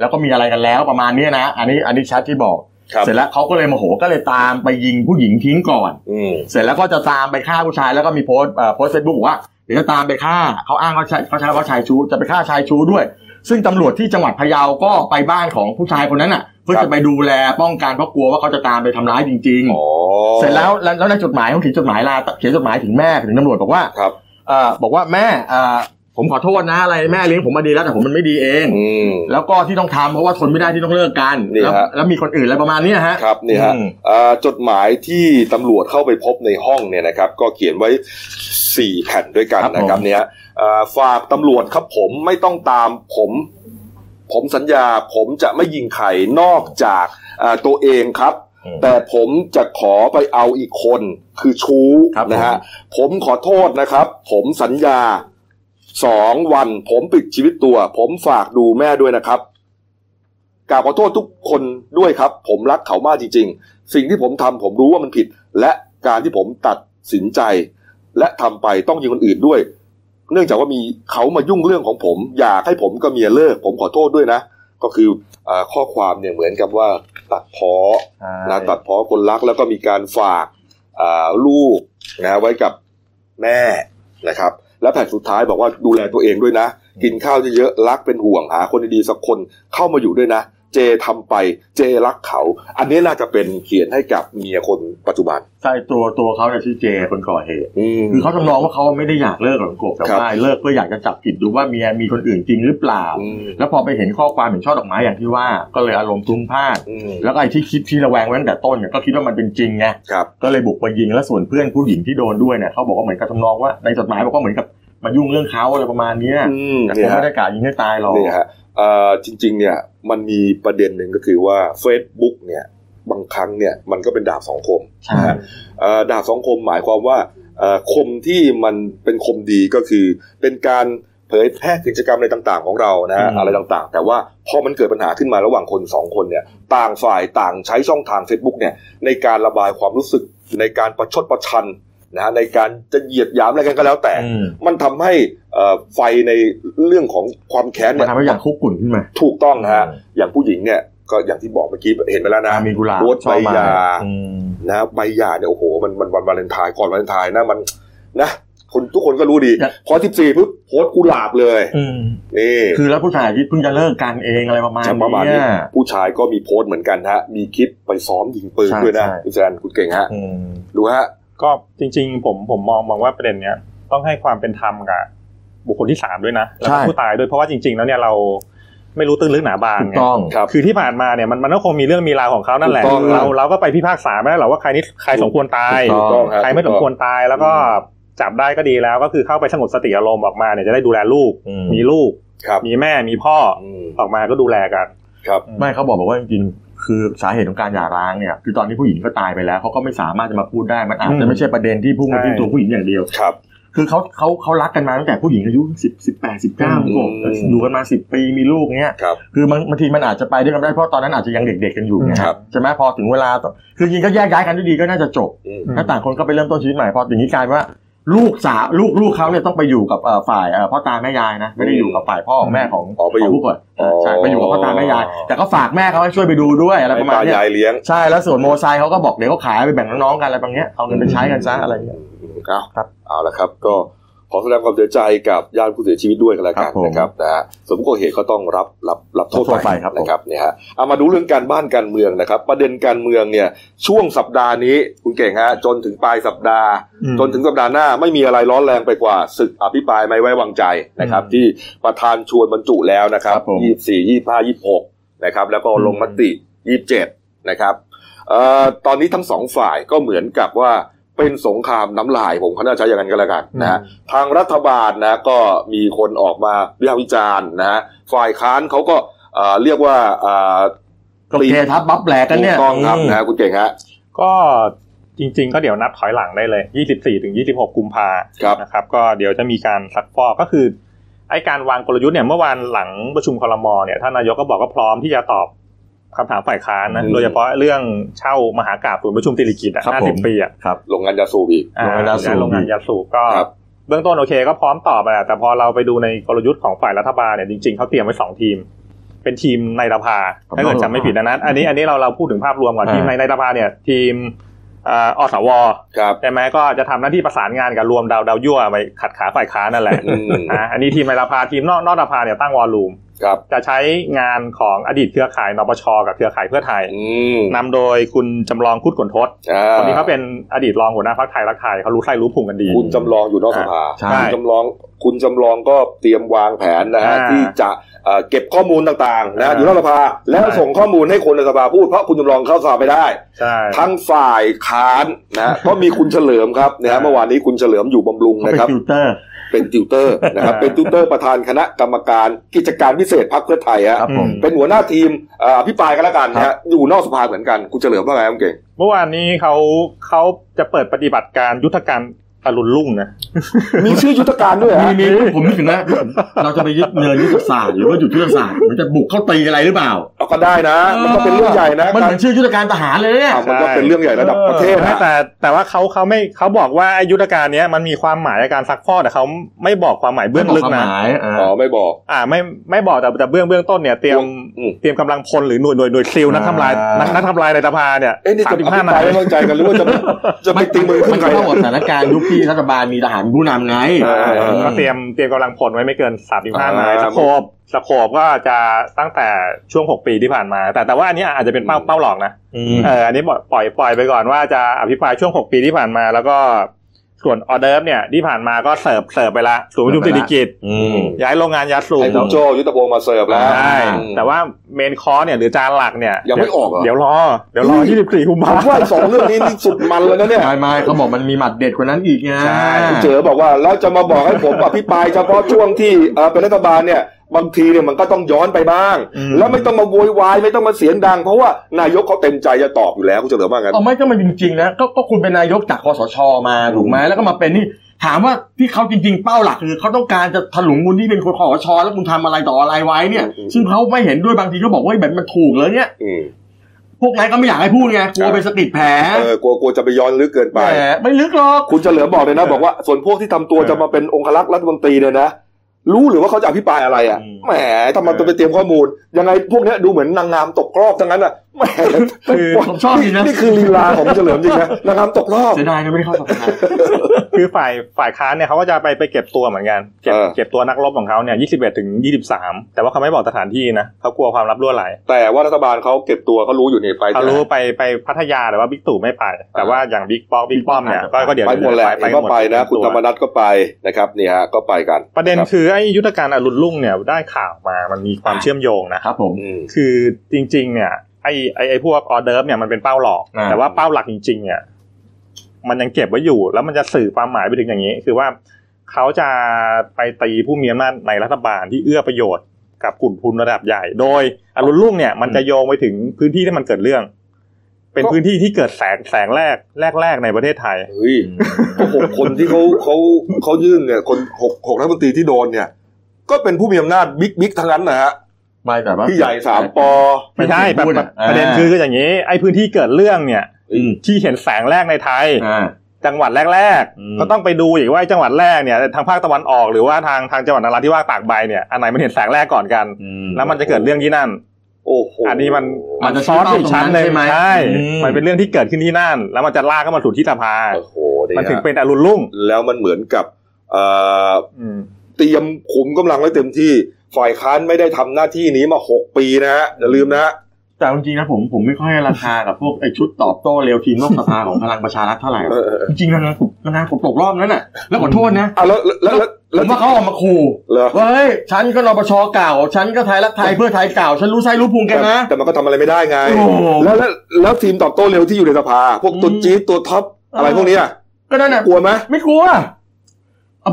B: แล้วก็มีอะไรกันแล้วประมาณเนี้ยนะ อันนี้อันนี้แชทที่บอก
A: ครับ
B: เสร็จแล้วเขาก็เลยโมโหก็เลยตามไปยิงผู้หญิงทิ้งก่อน
A: อืม
B: เสร็จแล้วก็จะตามไปฆ่าผู้ชายแล้วก็มีโพสต์เอ่อโพสต์เฟซบุ๊กว่าเดี๋ยวจะตามไปฆ่าเขาอ้างเขาใช้เขาใช้ว่าชายชู้จะไปฆ่าชายชู้ด้วย ซึ่งตำรวจที่จังหวัดพะเยาก็ไปบ้านของผู้ชายคนนั้นน่ะ เพื่อจะไปดูแลป้องกันเพราะกลัวว่าเขาจะตามไปทำร้ายจริง
A: อ๋อ
B: ๆ เสร็จแล้วแล้วแล้วในจดหมายเขาเขียนจดหมายลาเขียนจดหมายถึงแม่ถึงตำรวจบอกว่า
A: ครับ
B: เอ่อบอกว่าแม่เอ่อผมขอโทษนะอะไรแม่เลี้ยงผมมาดีแล้วแต่ผมมันไม่ดีเอง
A: อืม
B: แล้วก็ที่ต้องทำเพราะว่าทนไม่ได้ที่ต้องเลิกกัน
A: นี่
B: แล้ว
A: ฮะ
B: แล้วมีคนอื่นอะไรประมาณเนี้ยฮะ
A: ครับนี่ฮะ
B: อืม
A: เอ่อจดหมายที่ตำรวจเข้าไปพบในห้องเนี่ยนะครับ ก็เขียนไว้ 4 แผ่นด้วยกันนะครับเนี่ยเอ่อฝากตำรวจครับผมไม่ต้องตามผม ผมสัญญาผมจะไม่ยิงใครนอกจากเอ่อตัวเองครับ แต่ผมจะขอไปเอาอีกคนคือชู้
B: ครับ
A: นะฮะ
B: ผม
A: ผมขอโทษนะครับ ผมสัญญาสองวัน ผมปิดชีวิตตัว ผมฝากดูแม่ด้วยนะครับกราบขอโทษทุกคนด้วยครับ ผมรักเขามากจริง ๆ สิ่งที่ผมทำผมรู้ว่ามันผิด และการที่ผมตัดสินใจ และทำไปต้องยิงคนอื่นด้วย เนื่องจากว่ามีเขามายุ่งเรื่องของผม อยากให้ผมกับเมียเลิก ผมขอโทษด้วยนะ ก็คืออาข้อความเนี่ยเหมือนกับว่าตัดเพ้อ นะตัดเพาะคนรักแล้วก็มีการฝากอ่าลูกนะไว้กับแม่นะครับ แล้วแผ่นสุดท้ายบอกว่าดูแลตัวเองด้วยนะ กินข้าวเยอะๆรักเป็นห่วงหาคนดีๆสักคนเข้ามาอยู่ด้วยนะ เจทำไปเจรักเขา อันนี้น่าจะเป็นเขียนให้กับเมียคนปัจจุบัน
B: ใช่ตัวตัวเขาเนี่ยชื่อเจคนก่อเหตุ
A: อืม
B: คือเขาจำลองว่าเขาไม่ได้อยากเลิกหรอกกบแต่
A: ครับ
B: ว่าเลิกเพื่ออยากจะจับผิดดูว่าเมียมีคนอื่นจริงหรือเปล่า
A: อืม
B: แล้วพอไปเห็นข้อความเห็นช่อดอกไม้อย่างที่ว่าก็เลยอารมณ์พลุ่งพล่าน
A: อืม
B: แล้วก็ไอ้ที่คิดที่ระแวงไว้ตั้งแต่ต้นเนี่ยก็คิดว่ามันเป็นจริงไง
A: ครับ
B: ก็เลยบุกไปยิงแล้วส่วนเพื่อนผู้หญิงที่โดนด้วยเนี่ยเขาบอกว่าเหมือนกับทำนองว่าในจดหมายบอกว่าเหมือนกับมายุ่งเรื่องเขาอะไรประมาณเนี้ย
A: อืม
B: แต่ค
A: เนี่ยฮะ
B: งไม่ได้กะยิงให้ตายหรอก
A: เนี่ยฮะเอ่อจริง ๆ เนี่ยมันมีประเด็นหนึ่งก็คือว่า Facebook เนี่ยบางครั้งเนี่ยมันก็เป็นดาบสองคม
B: ใช่
A: เอ่อดาบสองคมหมายความว่าเอ่อคมที่มันเป็นคมดีก็คือ เป็นการเผยแพร่กิจกรรมอะไรต่างๆ ของเรานะฮะ
B: อืม
A: อะไรต่างๆ แต่ว่าพอมันเกิดปัญหาขึ้นมาระหว่างคนสองคนเนี่ยต่างฝ่ายต่างใช้ช่องทาง Facebook เนี่ยในการระบายความรู้สึกในการประชดประชันนะฮะในการจะเหยียดหยามอะไรกันก็แล้วแต่
B: อืม
A: มันทำให้เอ่อไฟในเรื่องของความแค้น
B: มั
A: เนี่
B: น
A: ย
B: ทำให้อย่างคุกกลุ่นขึ้นมา
A: ถูกต้องนะฮะอย่างผู้หญิงเนี่ยก็อย่างที่บอกเมื่อกี้เห็นไปแล้วนะ
B: มีกุหลาบ
A: โพสต์
B: ช่อ
A: ใบ
B: มา
A: หย่า
B: อืม
A: นะใบหย่าเนี่ยโอ้โหมันมันวันวาเลนไทน์ก่อนวาเลนไทน์นะมันนะคนทุกคนก็รู้ดี พอ 14ปุ๊บโพสต์กุหลาบเลย
B: อืม
A: นี่
B: คือแล้วผู้ชายที่เพิ่งจะเลิกกันเองอะไรประมาณ
A: จะประมาณนี้
B: เนี้ย
A: ผู้ชายก็มีโพสต์เหมือนกันฮะ มีคลิปไปซ้อมยิงปืน
B: ใช่
A: ด้วยนะ
B: ใช่
A: คุณแซนคุณเก่งฮะ
B: อืม
A: ดูฮะ
D: ก็จริงๆ ผมผมมองมองว่าประเด็นเนี้ยต้องให้ความเป็นธรรมกับบุคคลที่สามด้วยนะแล้ว
B: ใช่
D: ก็ผู้ตายด้วยเพราะว่าจริง ๆ แล้วเนี่ยเราไม่รู้ตื้นลึกหนาบาง
B: ถูก
D: ไง
B: ต้อง
A: ครับ
D: คือที่ผ่านมาเนี่ยมันมันก็คงมีเรื่องมีราวของเขานั่นแหละ
A: ถูกต้อง
D: เราเราก็ไปพิพากษาไม่ได้หรอกว่าใครนี่ใครสมควรตาย
B: ถูกต้อง
A: ฮะ
D: ใครไม่สมควรตายแล้วก็จับได้ก็ดีแล้ว ก็คือเข้าไปสงบสติอารมณ์ออกมาเนี่ยจะได้ดูแลลูก
B: อืม
D: มีลูก
A: ครับ
D: มีแม่มีพ่ออ
A: อืม
D: ออกมาก็ดูแลกัน
A: ครับ
B: ไม่เขาบอกบอกว่าจริงๆคือสาเหตุของการหย่าร้างเนี่ย คือตอนที่ผู้หญิงก็ตายไปแล้วเขาก็ไม่สามารถจะมาพูดได้มันอาจ
D: อื
B: จะ
D: ม
B: ไม่ใช่ประเด็นที่พุ่งมา
D: ใช่
B: ที่ตัวผู้หญิงอย่างเดียว
A: ครับ
B: คือเขาเขาเขารักกันมาตั้งแต่ผู้หญิงอายุสิบสิบแปดสิบเก้า
A: อืม
B: อยู่กันมาสิบปีมีลูกเนี้ย
A: ครับ
B: คือบางบางทีมันอาจจะไปด้วยกันได้เพราะตอนนั้นอาจจะยังเด็กๆกันอยู่ไง
A: ครับ
B: ใช่ไหมพอถึงเวลาต้องคือจริงๆก็แยกย้ายกันด้วยดีก็น่าจะจบ
A: อืม
D: อืม
B: ถ้าต่างคนก็ไปเริ่มต้นชีวิตใหม่พออย่างนี้กลายว่า ลูกสาวลูกลูกเขาเนี่ยต้องไปอยู่กับเอ่อฝ่ายเอ่อพ่อตาแม่ยายนะไม่ได้อยู่กับฝ่ายพ่อของแม่ของ
A: อ๋อไปอยู่
B: ของผู้ป่วย
A: อ๋อ
B: ใช่ไปอยู่กับพ่อตาแม่ยาย แต่ก็ฝากแม่เขาให้ช่วยไปดูด้วยอะไร
A: ให้
B: ประมาณ
A: ตา
B: เนี้ย
A: ยายเลี้ยง
B: ใช่แล้วส่วนโมไซค์เขาก็บอกเดี๋ยวเขาขายไปแบ่งน้องๆกันอะไรแบบเนี้ยเอาเงินไปใช้กันซะอะไรเงี้ย
A: มเอา
B: ครับ
A: เอาละครับ ก็ขอแสดงความเสียใจกับญาติผู้เสียชีวิตด้วยกันแล้วกัน
B: ครับผม
A: นะครับนะฮะสมควรเหตุก็ต้องรับรับรับโทษ
B: รับโทษ
A: ไป
B: ไปครับผม
A: นะครับเนี่ยฮะเอามาดูเรื่องการบ้านการเมืองนะครับ ประเด็นการเมืองเนี่ยช่วงสัปดาห์นี้คุณเก่งฮะจนถึงปลายสัปดาห์
D: อืม
A: จนถึงสัปดาห์หน้าไม่มีอะไรร้อนแรงไปกว่าศึกอภิปรายไม่ไว้วางใจนะครับ
D: อืม
A: ที่ประธานชวนบรรจุแล้วนะครับ
B: ครับผม
A: ยี่สิบสี่ยี่สิบห้ายี่สิบหกนะครับ แล้วก็ลงมติยี่สิบเจ็ดนะครับ เอ่อตอนนี้ทั้งสองฝ่ายก็เหมือนกับว่า เป็นสงครามน้ำลายผมเขาน่าใช้อย่างนั้นก็แล้วกันนะฮะ
D: อื
A: ทางรัฐบาลนะก็มีคนออกมาวิพากษ์วิจารณ์นะฮะฝ่ายค้านเขาก็เอ่อเรียกว่าเอ่อ
B: ก็
A: ตี
B: เททับบับแหลกกันเนี่ย
A: ถูต้องครับ
B: อืม
A: นะฮะคุณเก่งฮะ
D: ก็จริง ๆ ก็เดี๋ยวนับถอยหลังได้เลย 24ถึง26 กุมภา
A: ครับ
D: นะครับ ก็เดี๋ยวจะมีการซักฟอกก็คือไอ้การวางกลยุทธ์เนี่ยเมื่อวานหลังประชุมครมเนี่ยท่านนายกก็บอกก็พร้อมที่จะตอบคำถามฝ่ายค้านนะโดยเฉพาะเรื่องเช่ามหากาบศูนย์ประชุมติริกิตอ่ะ
B: ครับผม
D: 50ปีอ่ะ
B: ครับ
A: ลงงานยาสูบอีก
D: อ่า
B: โรงงานยาสูบ
D: โรงงานยาสูบก็
A: ครับ
D: เบื้องต้นโอเคก็พร้อมตอบไปแหละแต่พอเราไปดูในกลยุทธ์ของฝ่ายรัฐบาลเนี่ยจริง ๆเขาเตรียมไว้สองทีม เป็นทีมในรภาถ้าเกิดจำไม่ผิดนะนะอันนี้อันนี้เราเราพูดถึงภาพรวมก่อน
B: อ่า
D: ทีมในในรภาเนี่ยทีมเอ่ออสว
A: ครับ
D: ใช่ไหมก็จะทำหน้าที่ประสานงานกับรวมดาวดาวยั่วไปขัดขาฝ่ายค้านนั่นแหละ
A: อืม
D: นะอันนี้ทีมในรภาทีมนอกนอกรภาเนี่ยตั้งวอลลุ่ม
A: ครับ
D: จะใช้งานของอดีตเครือข่ายนปชกับเครือข่ายเพื่อไทย
A: อืม
D: นำโดยคุณจำลองคุดขนทศ
A: อ่
D: คนนี้เขาเป็นอดีตรองหัวหน้าพรรคไทยรักไทยเขารู้ไส้รู้พุงกันดี
A: คุณจำลองอยู่นอกสภา
B: ใช่
A: คุณจำลองคุณจำลองก็เตรียมวางแผนนะฮะ
D: อ่า
A: ที่จะเอ่อเก็บข้อมูลต่างๆนะ
D: อ่า
A: อยู่นอกสภาแล้วส่งข้อมูลให้คนในสภาพูดเพราะคุณจำลองเข้าสภาไม่ได้
D: ใช่
A: ทั้งฝ่ายค้านนะ ก็มีคุณเฉลิมครับนะฮะ
D: อ่า
A: เมื่อวานนี้คุณเฉลิมอยู่บำรุง
B: เขา
A: นะ
B: เป็น
A: ครับ
B: ฟิลเตอร์
A: เป็นติวเตอร์นะครับ เป็นติวเตอร์ประธานคณะกรรมการกิจการพิเศษพรรคเพื่อไทยฮะ
B: ครับผม
A: เป็นหัวหน้าทีมเอ่ออภิปรายกันแล้วกันนะฮะอยู่นอกสภาเหมือนกันคุณเฉลิมว่าไงครับคุณเก่ง
D: เมื่อวานนี้เขาเขาจะเปิดปฏิบัติการยุทธการอรุณรุ่งนะ
A: มีชื่อยุทธการด้วย
B: มี
A: ฮะ
B: มีผมนึกถึ งนะเราจะไปยึดเนินยุทธศาสตร์หรือว่าจุดยุทธศาสตร์มันจะบุกเข้าตีอะไรหรือเปล่า
A: เอาก็ได้นะ มันก็เป็นเรื่องใหญ่นะ
B: มัน
A: กา
B: เห
A: ร
B: มือนชื่อยุทธการทหารเลยเนี่ย
A: อ่ะมันก็เป็นเรื่องใหญ่ระดับประเทศ
D: ออ
A: นะ
D: แต่แต่ว่าเขาเขาไม่เขาบอกว่าไอ้ยุทธการเนี้ยมันมีความหมายในการซักฟอกแต่เขาไม่บอกความหมายเบื้องลึกนะ
B: หมายอ่า
A: อ๋อไม่บอก
D: อ่าไม่ไม่บอกแต่แต่เบื้องเบื้องต้นเนี่ยเตรียม
A: อืม
D: เตรียมกำลังพลหรือหน่วยหน่วยหน่วยซิลนักทำลายนักนักทำลายในสภาเนี่ย
A: เอ๊ะนี่
D: สา
A: จะ
D: มสิบ
A: อ
D: ห้า
A: ภิ
D: นาร
A: ปาย
D: ย
A: ไม่วางใจกันหรือว่าจะจะไปตีมือขึ้
B: มัน
A: นใคร
B: ก็ต้องหมดสถานการณ์ยุคที่รัฐบาลมีทหารผู้นำไง
A: เออ
D: ก็เตรียมเตรียมกำลังพลไว้ไม่เกินสามสิบห้า
A: อ่าน
D: ายสโคบสโคบก็จะตั้งแต่ช่วงหกปีที่ผ่านมา แต่แต่ว่าอันนี้อาจจะเป็นเป้า
A: อืม
D: เป้าหลอกนะ
B: อืม
D: เอออันนี้ปล่อยปล่อยปล่อยไปก่อนว่าจะอภิปรายช่วง 6 ปีที่ผ่านมา แล้วก็ส่วนออเดิร์ฟเนี่ยที่ผ่านมาก็เสิร์ฟเสิร์ฟไปละศูนย์ประชุม
B: เสิ
D: เศร
B: ร์
D: ษ
B: ฟไปละ
D: ฐกิจ
B: อืม
D: ย้ายโรงงานยาสูบ
A: ไอ้คุณโจยุทธพงศ์มาเสิร์ฟแล้ว
D: ใช่
A: อืม
D: แต่ว่าเมนคอร์สเนี่ยหรือจานหลักเนี่ย
A: ยังไม่ออกเหรอ
D: เดี๋ยวรอ เดี๋ยวรอ 24กุม
A: ผ
D: ภาม
A: ว่าสองเรื่องนี้นี่สุดมันแล้วนะเนี่ย
B: ไม่ไม่เขาบอกมันมีหมัดเด็ดกว่านั้นอีกไง
A: ใช่คุณเจอบอกว่าแล้วจะมาบอกให้ผมอภิปรายเฉพาะช่วงที่เอ่อเป็นรัฐบาลเนี่ยบางทีเนี่ยมันก็ต้องย้อนไปบ้าง แล้วไม่ต้องมาโวยวายไม่ต้องมาเสียงดัง เพราะว่านายกเขาเต็มใจจะตอบอยู่แล้วคุณเฉลิมว่าไง
B: เอาไม่ก็มันจริงๆนะก็ก็คุณเป็นนายกจากคอสชมาถูกไหมแล้วก็มาเป็นนี่ถามว่าที่เขาจริง ๆ เป้าหลักคือเขาต้องการจะถลุงคุณที่เป็นคนคอสชแล้วคุณทำอะไรต่ออะไรไว้เนี่ย
A: อืม
B: ซึ่งเขาไม่เห็นด้วยบางทีก็บอกว่าแบบมันถูกเลยเนี่ย
A: อืม
B: พวกนายก็ไม่อยากให้พูดไงกลัว
A: ครับ
B: ไปสะกิดแผล
A: เออกลัวกลัวจะไปย้อนลึกเกินไป
B: แหมไม่ลึกหรอก
A: คุณเฉลิมบอกเลยนะ บอกว่าส่วนพวกที่ทำตัวจะมาเป็นองครักษ์รัฐมนตรีเนี่ยนะ รู้หรือว่าเขาจะอภิปรายอะไรอ่ะ
D: อืม
A: แหมทำไมตัวไปเตรียมข้อมูล ยังไงพวกเนี้ยดูเหมือนนางงามตกรอบทั้งนั้นอ่ะแหม
D: คือ
B: ผมชอบจริงนะ
A: นี่คือลีลาของเฉลิมจริงนะนางงามตกรอบ
B: เสียดายนะไม่ได้เข้าสภา
D: คือฝ่ายฝ่ายค้านเนี่ยเขาก็จะไปไปเก็บตัวเหมือนกันเก็บ
A: เออ
D: เก็บตัวนักรบของเขาเนี่ย21ถึง23 แต่ว่าเขาไม่บอกสถานที่นะเขากลัวความลับรั่วไหล
A: แต่ว่ารัฐบาลเขาเก็บตัวเขารู้อยู่นี่ไป
D: เขารู้ไปไปพัทยาแต่ว่าบิ๊กตู่ไม่ไป แต่ว่าอย่างบิ๊กป๊อกบิ๊กป้อมเนี่ยก็ก็เดี๋ยว
A: ไปหมดแหละ
D: ไป
A: เห็นว่าไปนะ คุณ
D: ตัว
A: ธรรมนัทก็ไปนะครับนี่ฮะก็ไปกัน
D: ประเด็น
A: ครับ
D: คือไอ้ยุทธการอรุณรุ่งเนี่ยได้ข่าวมามันมีความ
B: อ่ะ
D: เชื่อมโยงนะ
B: ครับผม
A: อืม
D: คือจริง ๆ เนี่ยไอ้ไอ้ไอ้พวกออเดิร์ฟเนี่ยมันเป็นเป้าหลอก
B: อ่า
D: แต่ว่าเป้าหลักจริง ๆ เนี่ย มันยังเก็บไว้อยู่แล้วมันจะสื่อความหมายไปถึงอย่างนี้ คือว่าเขาจะไปตีผู้มีอำนาจในรัฐบาลที่เอื้อประโยชน์กับกลุ่มทุนระดับใหญ่ โดยอรุณรุ่งเนี่ย มันจะโยงไปถึงพื้นที่ที่มันเกิดเรื่อง เป็นพื้นที่ที่เกิดแสงแสงแรกแรกๆในประเทศไทย
A: เฮ้ยก็หกคนที่เขาเขาเขายื่นเนี่ยคนหกหกรัฐมนตรีที่โดนเนี่ย ก็เป็นผู้มีอำนาจบิ๊กบิ๊กทั้งนั้นนะฮะ
B: ไม่แต่ว่า
A: พี่ใหญ่สามปอ
D: ไม่ใช่
B: ไม่
D: ป
B: ถึงพูด
D: ระ
B: อะ
D: ประเด็น
B: อ่า
D: คืออย่างนี้ ไอ้พื้นที่เกิดเรื่องเนี่ย
A: อืม
D: ที่เห็นแสงแรกในไทย
B: อ่า
D: จังหวัดแรก
B: อืม
D: ๆ ก็ต้องไปดูอีกว่าจังหวัดแรกเนี่ยทางภาคตะวันออกหรือว่าทางทางจังหวัดนราธิวาสตากใบเนี่ยอันไหนมันเห็นแสงแรกก่อนกัน แล้วมันจะเกิดเรื่องที่นั่น
A: โอ้โห
D: อันนี้มัน
B: มันจะ
D: ซ้อนไปอีกชั้นเลย
B: ใช่ไหม
D: ใช่
B: อืม
D: มันเป็นเรื่องที่เกิดขึ้นที่นั่น แล้วมันจะลากเข้ามาสู่ที่สภา
A: โอ้โหเนี่ย
D: มันถึงเป็นอรุณรุ่ง
A: แล้วมันเหมือนกับเอ่อ
D: อืม
A: เตรียมขุมกำลังไว้เต็มที่ ฝ่ายค้านไม่ได้ทำหน้าที่นี้มาหกปีนะฮะอย่าลืมนะฮะ
B: แต่เอาจริงๆนะผมผมไม่ค่อยให้ราคากับพวกไอ้ชุดตอบโต้เร็วทีมนอกสภาของพลังประชารัฐเท่าไหร่
A: เออเออเออ
B: จริงๆนะนะนะนะผมตกรอบนั้นน่ะ แล้วขอโทษนะ
A: อ่ะแล้วแล้วแล้ว
B: ผ
A: แล้ว
B: มว่าเขาออกมาขู่
A: เหรอ
B: ว่าเฮ้ยฉันก็นปชเก่า ฉันก็ไทยรักไทยเพื่อไทยเก่า ฉันรู้ไส้รู้พุงแก
A: แต่
B: นะ
A: แต่มันก็ทำอะไรไม่ได้ไง
B: โอ้โห
A: แล้วแล้วแล้วทีมตอบโต้เร็วที่อยู่ในสภา พวก
B: อืม
A: ตัวจี๊ดตัวท็อปอะไรพวกเนี้ย
B: ก็นั่นแหละ
A: กลัวไหม
B: ไม่กลัวอ่ะ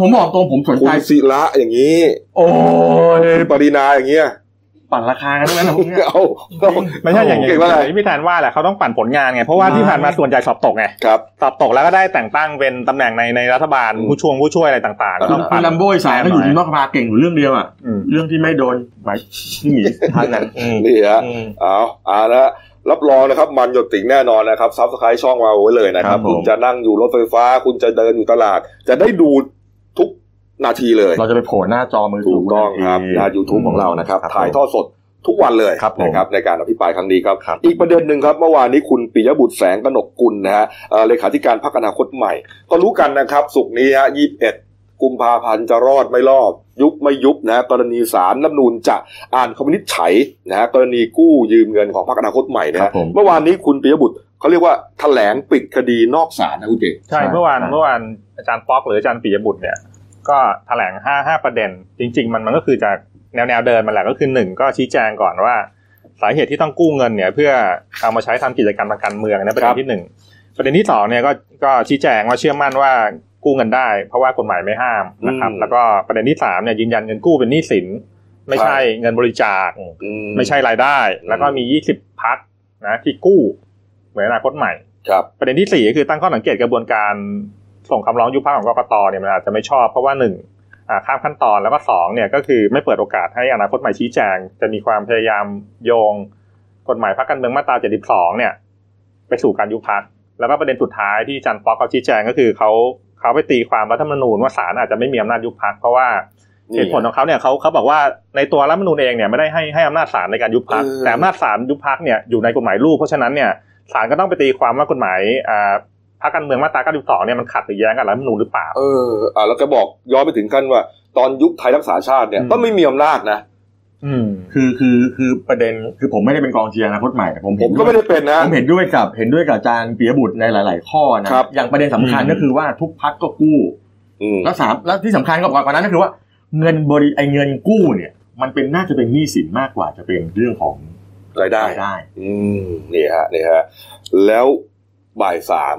B: ผมบอกตรงผมสน
A: คุ
B: ใจ
A: ณศิระอย่างนี้
B: โอ้ย
A: คุณปรินาอย่างเงี้ย
B: ปั่นราคากันทั้งนั้นนะพวกเนี้ย
A: เอาเอา
D: ไม่ใช่อย่าง
A: เก่งมากเลย
D: ที่พี่แทนว่าแหละเขาต้องปั่นผลงานไงเพราะว่าที่ผ่านมาส่วนใหญ่สอบตกไง
A: ครับ
D: สอบตกแล้วก็ได้แต่งตั้งเป็นตำแหน่งในในรัฐบาล
A: อืม
D: ผู้ช่วงผู้ช่วยอะไรต่างๆก็ต้อง
B: คุ
D: ปั่
B: ณ
D: น
B: ลัมโบ้อีสายก็อยู่นอกสภาเก่งอยู่เรื่องเดียวอ่ะ
D: อืม
B: เรื่องที่ไม่โดนหมายที่หมีทางนั้นอืม
A: นี่ฮะ
B: อืม
A: เอาเอาละรับรองนะครับ มันหยดติ่งแน่นอนนะครับซับสไครต์ช่องมาไว้เลยนะครับ
B: ครับผม
A: คุณจะนั่งอยู่รถไฟฟ้า คุณจะเดินอยู่ตลาด จะได้ดูทุกนาทีเลย
B: เราจะไปโผล่หน้าจอมือถื
A: ถูกต้องครับ
B: ทันที
A: ทางยูทูบของเรานะครับ ถ่ายทอดสดทุกวันเลย
B: ครับผม
A: นะครับในการอภิปรายครั้งนี้ครับ
B: ครับ
A: อีกประเด็นหนึ่งครับเมื่อวานนี้คุณปิยบุตรแสงกนกกุลนะฮะเอ่อเลขาธิการพรรคอนาคตใหม่ ก็รู้กันนะครับสุกร์นี้ฮะยี่สิบเอ็ดกุมภาพันธ์จะรอดไม่รอดยุบไม่ยุบนะกรณีสารน้ำนูนจะอ่านคำวินิจฉัยนะฮะกรณีกู้ยืมเงินของพรรคอนาคตใหม่นะ
B: ครั
A: ฮะ
B: บผม
A: เมื่อวานนี้คุณปิยบุตรเขาเรียกว่าแถลงปิดคดีนอกศาลนะคุณเจ
D: ใช่เมื่อวานเมื่อวานอาจารย์ป๊อกหรืออาจารย์ปิยบุตรเนี่ย ก็แถลงห้าห้าประเด็น จริง ๆ มันมันก็คือจากแนวแนวเดินมันแหละก็คือหนึ่งก็ชี้แจงก่อนว่า สาเหตุที่ต้องกู้เงินเนี่ย เพื่อเอามาใช้ทำกิจกรรมทางการเมืองนะประเด็
A: ครั
D: น
A: บ
D: ที่หนึ่งประเด็นที่สองเนี่ยก็ก็ชี้แจงว่าเชื่อมั่นว่ากู้เงินได้ เพราะว่ากฎหมายไม่ห้ามนะครับ แล้วก็ประเด็นที่สามเนี่ยยืนยันเงินกู้เป็นหนี้สิน ไม่ใช่เงินบริจาค
A: อื
D: ไม่ใช่รายได้ แล้วก็มี 20 พักนะที่กู้เหมือนอนาคตใหม่
A: ครับ
D: ประเด็นที่ 4 คือตั้งข้อสังเกตกระบวนการส่งคำร้องยุบพักของกกตเนี่ยมันอาจจะไม่ชอบเพราะว่าหนึ่งอ่าข้ามขั้นตอนแล้วก็สองเนี่ยก็คือไม่เปิดโอกาสให้อนาคตใหม่ชี้แจง จะมีความพยายามโยงกฎหมายพักการเมืองมาตรา72เนี่ย ไปสู่การยุบพักแล้วก็ประเด็นสุดท้ายที่อาจันป๊อกเขาชี้แจงก็คือเขาเขาไปตีความรัฐธรรมนูญว่าศาลอาจจะไม่มีอำนาจยุบพักเพราะว่า
A: นี่
D: เหตุผลของเขาเนี่ยเขาเขาบอกว่าในตัวรัฐธรรมนูญเองเนี่ยไม่ได้ให้ให้อำนาจศาลในการยุบพัก
A: เออ
D: แต่อำนาจศาลยุบพักเนี่ยอยู่ในกฎหมายลูกเพราะฉะนั้นเนี่ยศาลก็ต้องไปตีความว่ากฎหมายอ่าพรรคการเมืองมาตรา92เนี่ยมันขัดหรือแย้งกับรัฐธรรมนูญหรือเปล่า
A: เอออ่ะแล้วก็บอกย้อนไปถึงขั้นว่า ตอนยุคไทยรักษาชาติเนี่ย
D: อืม
A: ก็ไม่มีอำนาจนะ
D: อืม
B: คือคือคือประเด็นคือผมไม่ได้เป็นกองเชียร์อนาคตใหม่แต่ผม
A: ผ
B: เห็
A: ม
B: น
A: ก็ไม่ได้เป็นนะ
B: ผมเห็นด้วยกับเห็นด้วยกับอาจารย์ปิยบุตรในหลาย ๆ ข้อนะครับ อย่างประเด็นสำคัญ
D: อืม
B: ก็คือว่าทุกพักก็กู้
A: อืม
B: และสามและที่สำคัญก็กว่านั้นก็คือว่าเงินบริไอเงินกู้เนี่ย มันเป็นน่าจะเป็นหนี้สินมากกว่าจะเป็นเรื่องของ
A: รายได้
B: รายได้
A: อืมนี่ฮะนี่ฮะ แล้วบ่ายสาม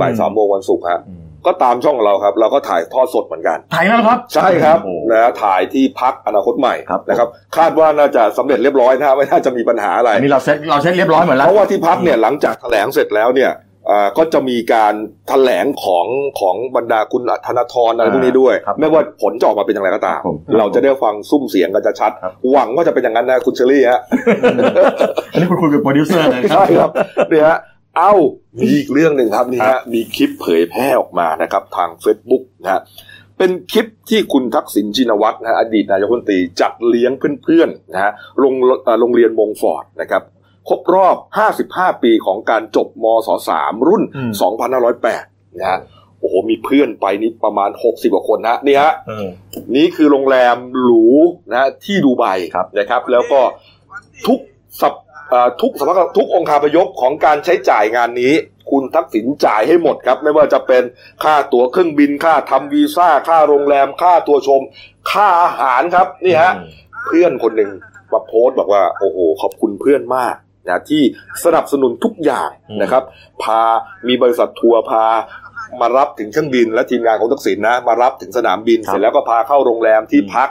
A: บ่ายสามโมงวันศุกร์ฮะ
B: อืม
A: ก็ตามช่องของเราครับ เราก็ถ่ายทอดสดเหมือนกัน
B: ถ่ายแล้วครับ
A: ใช่ครับ
B: โอ้โห
A: นะฮะถ่ายที่พักอนาคตใหม่
B: ครับ
A: นะครับ คาดว่าน่าจะสำเร็จเรียบร้อยนะฮะไม่น่าจะมีปัญหาอะไร
B: อันนี้เราเซ็ตเราเซ็ตเรียบร้อยหมดแล้
A: เพ
B: ว
A: ราะว่าที่พักเนี่ยหลังจากแถลงเสร็จแล้วเนี่ยอ่าก็จะมีการแถลงของของบรรดาคุณธนาธรอะไรพวกนี้ด้วย
B: ครับ
A: ไม่ว่าผลจะออกมาเป็นอย่างไรก็ตาม
B: ครับผม
A: เราจะได้ฟังซุ้มเสียงกันจะชัด
B: ครับ
A: หวังว่าจะเป็นอย่างนั้นนะคุณเชอรี่ฮะ
B: อันนี้คุณคุยกับโปรดิวเซอร์เลยครั
A: ใช่ครับเนี่ยฮะเอ้ามีอีกเรื่องหนึ่งครับนี่ฮะมีคลิปเผยแพร่ออกมานะครับ ทาง Facebook นะฮะเป็นคลิปที่คุณทักษิณชินวัตรนะฮะอดีตนายกรัฐมนตรีจัดเลี้ยงเพื่อนๆนะฮะโรงเอ่อโรงเรียนมงฟอร์ดนะครับ ครบรอบ 55 ปีของการจบมศ3รุ่น
D: อืม
A: 2508นะฮะโอ้โห มีเพื่อนไปนี่ประมาณ 60กว่าคนนะฮะนี่ฮะ
B: เออ
A: นี่คือโรงแรมหรูนะฮะที่ดูไบ
B: ครับ
A: นะครับ แล้วก็ทุกสัปเอ่อทุกสภาทุกองค์คาพยพของการใช้จ่ายงานนี้ คุณทักษิณจ่ายให้หมดครับ ไม่ว่าจะเป็นค่าตั๋วเครื่องบินค่าทำวีซ่า ค่าโรงแรม ค่าตัวชม ค่าอาหารครับนี่ฮะ เพื่อนคนหนึ่งมาโพสต์บอกว่าโอ้โหขอบคุณเพื่อนมากนะที่สนับสนุนทุกอย่างนะครับ พามีบริษัททัวร์พามารับถึงเครื่องบิน และทีมงานของทักษิณนะ มารับถึงสนามบิน
B: ครับ
A: เสร็จแล้วก็พาเข้าโรงแรมที่พัก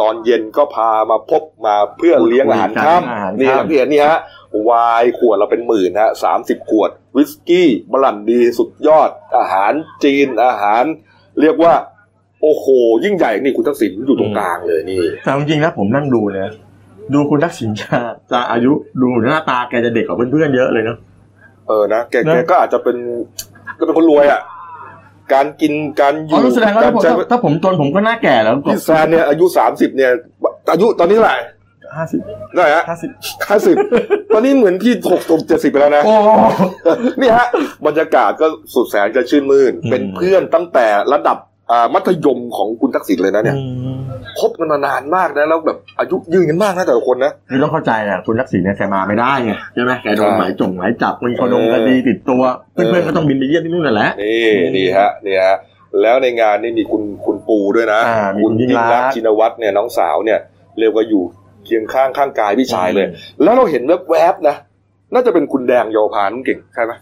A: ตอนเย็นก็พามาพบมาเพื่อเลี้ยงอาหารค่
B: อาหาร
A: ำ
B: ค่ำ
A: นี่ครับพี่เห็นนี่ฮะไวายขวดเราเป็นหมื่นฮะสามสิบขวด วิสกี้บรันดีสุดยอด อาหารจีนอาหาร เรียกว่า โอ้โห ยิ่งใหญ่นี่คุณทักษิณอยู่ตรงกลางเลยนี่
B: แต่จริงๆนะผมนั่งดูนะดูคุณทักษิณจะจะอายุดูหน้าตาแกจะเด็กกว่าเพื่อนๆเยอะเลยเนาะ
A: เออนะแก
B: นะ
A: แกก็อาจจะเป็นก็เป็นคนรวยอ่ะ การกินการอ
B: อ๋อยู่แล้วแสดงว่า
A: การ
B: ถ้าผม
A: ใช้
B: ถ้าผมจนผมก็หน้าแก่แล้วก็
A: พี่แซนเนี่ยอายุสามสิบเนี่ย อายุตอนนี้เท่าไหร่
B: ห้าสิบ
A: ได้ฮะ
B: ห้าสิบ
A: ห้าสิบตอนนี้เหมือนพี่หกสิบเจ็ดสิบไปแล้วนะ
B: โอ้
A: นี่ฮะ บรรยากาศก็สุดแสนจะชื่นมื่น
B: อืม
A: เป็นเพื่อนตั้งแต่ระดับอ่ามัธยมของคุณทักษิณเลยนะเนี่ยคบกันมานานมากนะแล้วแบบอายุยืนกันมากนะแต่ละคนนะ
B: คือต้องเข้าใจนะคุณทักษิณเนี่ยแกมาไม่ได้ไงใช่ไหมแกโดน
A: ใช่
B: หมายจงหมายจับมีคน
A: เอ
B: ดง
A: อ
B: คดีติดตัว เพื่อน
A: เออ
B: ๆก็ต้องบินไปเยี่ยมที่นู่นนั่นแหละ
A: นี่นี่ฮะนี่ฮะแล้วในงานนี่มีคุณคุณปูด้วยนะ
B: อ่ามี
A: คุ
B: คุณ ณยิ่
A: ยิ่ง
B: ง
A: รั
B: รัก
A: กษณ์ชินวัตรเนี่ยน้องสาวเนี่ยเรียกว่าอยู่เคียงข้างข้างกายพี่ชายเลย แล้วเราเห็นแวบๆนะ น่าจะเป็นคุณแดงโยพานุ่งเก่งใช่ไหม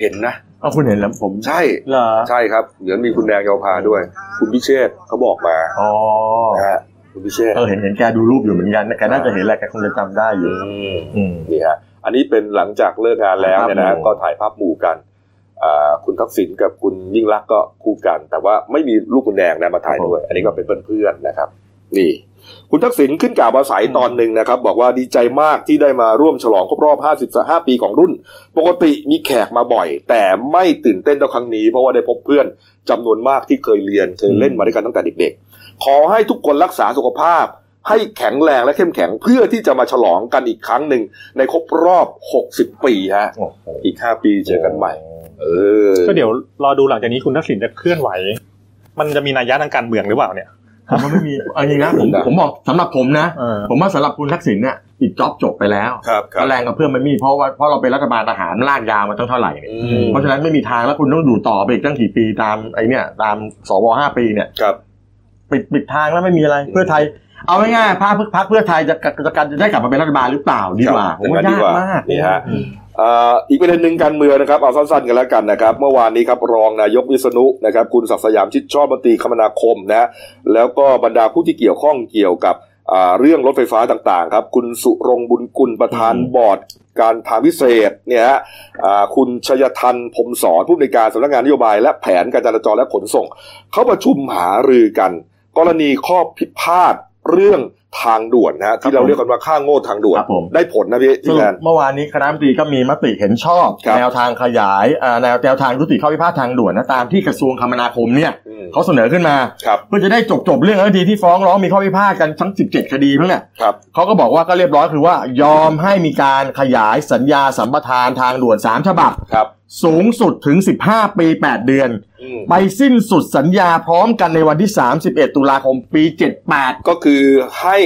A: เห็นนะ
B: เ เอาคุณเห็นแล้วผม
A: ใช่
B: เหรอ
A: ใช่ครับเดี๋ยวมีคุณแดงเยาวภาด้วย คุณพิเชษฐ์เขาบอกมา
B: อ๋อ
A: นะฮะคุณพิเชษฐ์
B: เออเห็นเห็นแกดูรูปอยู่เหมือนกันนะแกน่าจะเห็นแหละแกคงจะจำได้อยู่
A: ม
B: อืม
A: นี่ฮะ อันนี้เป็นหลังจากเลิกงานแล้วเนี่ยนะฮะ
B: ภาพหมู่
A: ก็ถ่ายภาพหมู่กันอ่าคุณทักษิณกับคุณยิ่งรักษณ์ก็คู่กัน แต่ว่าไม่มีลูกคุณแดงนะมาถ่ายด้วย อันนี้ก็เป็นเพื่อนๆนะครับ นี่ คุณทักษิณขึ้นกล่าวปราศัยตอนหนึ่งนะครับ บอกว่าดีใจมากที่ได้มาร่วมฉลองครบรอบ 55 ปีของรุ่น ปกติมีแขกมาบ่อย แต่ไม่ตื่นเต้นเท่าครั้งนี้ เพราะว่าได้พบเพื่อนจำนวนมากที่เคยเรียนเคยเล่นมาด้วยกันตั้งแต่เด็กๆ ขอให้ทุกคนรักษาสุขภาพ ให้แข็งแรงและเข้มแข็งเพื่อที่จะมาฉลองกันอีกครั้งหนึ่งในครบรอบ 60 ปีฮะ
B: โอ้โห
A: อีก 5 ปีเจอกันใหม่ เออ
D: ก็เดี๋ยวรอดูหลังจากนี้คุณทักษิณจะเคลื่อนไหว มันจะมีนัยยะทางการเมืองหรือเปล่าเนี่ย
B: ผมว่าไม่มีเอาจริงนะผมผมบอกสำหรับผมนะ
D: เออ
B: ผมว่าสำหรับคุณทักษิณเนี่ยปิดจ็อบจบไปแล้ว
A: ครับครั
B: ก็
A: บ
B: แรงกับเพื่อนมันมีเพราะว่าเพราะเราเป็นรัฐบาลทหารลากยาวมาตั้งเท่าไหร่เนี่ย
A: อืม
B: เพราะฉะนั้นไม่มีทางแล้วคุณต้องอยู่ต่อไปอีกตั้งกี่ปีตามไอเนี่ยตามสวห้าปีเนี่ย
A: ครับ
B: ปิดปิดทางแล้วไม่มีอะไรเพื่อไทย เอาง่ายๆพรรคพักเพื่อไทยจะจะจะจะได้กลับมาเป็นรัฐบาลหรือเปล่าดีกว่า
A: ครับ
B: ผมว่า
A: อย่างนั้นดี
B: ยาก
A: กว่าม
B: าก
A: นี่ฮะ เอ่ออีกประเด็นหนึ่งการเมืองนะครับเอาสั้นๆกันแล้วกันนะครับ เมื่อวานนี้ครับรองนายกวิษณุนะครับคุณศักดิ์สยามชิดชอบมนตรีคมนาคมนะฮะแล้วก็บรรดาผู้ที่เกี่ยวข้องเกี่ยวกับอ่าเรื่องรถไฟฟ้าต่างๆครับคุณสุรงค์บุญกุลประธานบอร์ด การทางพิเศษเนี่ยฮะอ่าคุณชยทันพรหมสอนผู้อำนวยการสำนักงานนโยบาย และแผนการจราจรและขนส่ง เขาประชุมหารือกัน กรณีข้อพิพาทเรื่องทางด่วนนะฮะที่เราเรียกกันว่าค่าโง่ทางด่ว
B: คน รับผม
A: ได้ผลนะพี่
B: ส
A: พี่
B: รุ
A: แด
B: ป
A: น
B: เมื่อวานนี้คณะรัฐมนตรีก็มีมติเห็นชอบ
A: ครับ
B: แนวทางขยายเอ่อแนวแนวทางยุติข้อพิพาททางด่วนนะตามที่กระทรวงคมนาคมเนี่ย
A: อืม
B: เขาเสนอขึ้นมา
A: ครับ
B: เพื่อจะได้จบจบเรื่องคดีที่ฟ้องร้องมีข้อพิพาทกันทั้ง 17 คดีทั้งเนี่ย
A: ครับ
B: เขาก็บอกว่าก็เรียบร้อยคือว่ายอมให้มีการขยายสัญญาสัมปทานทางด่วนสามฉบับ
A: ครับ
B: สูงสุดถึง 15 ปี 8 เดือน
A: อืม
B: ไปสิ้นสุดสัญญาพร้อมกันในวันที่ 31 ตุลาคมปี 78
A: ก็คือให้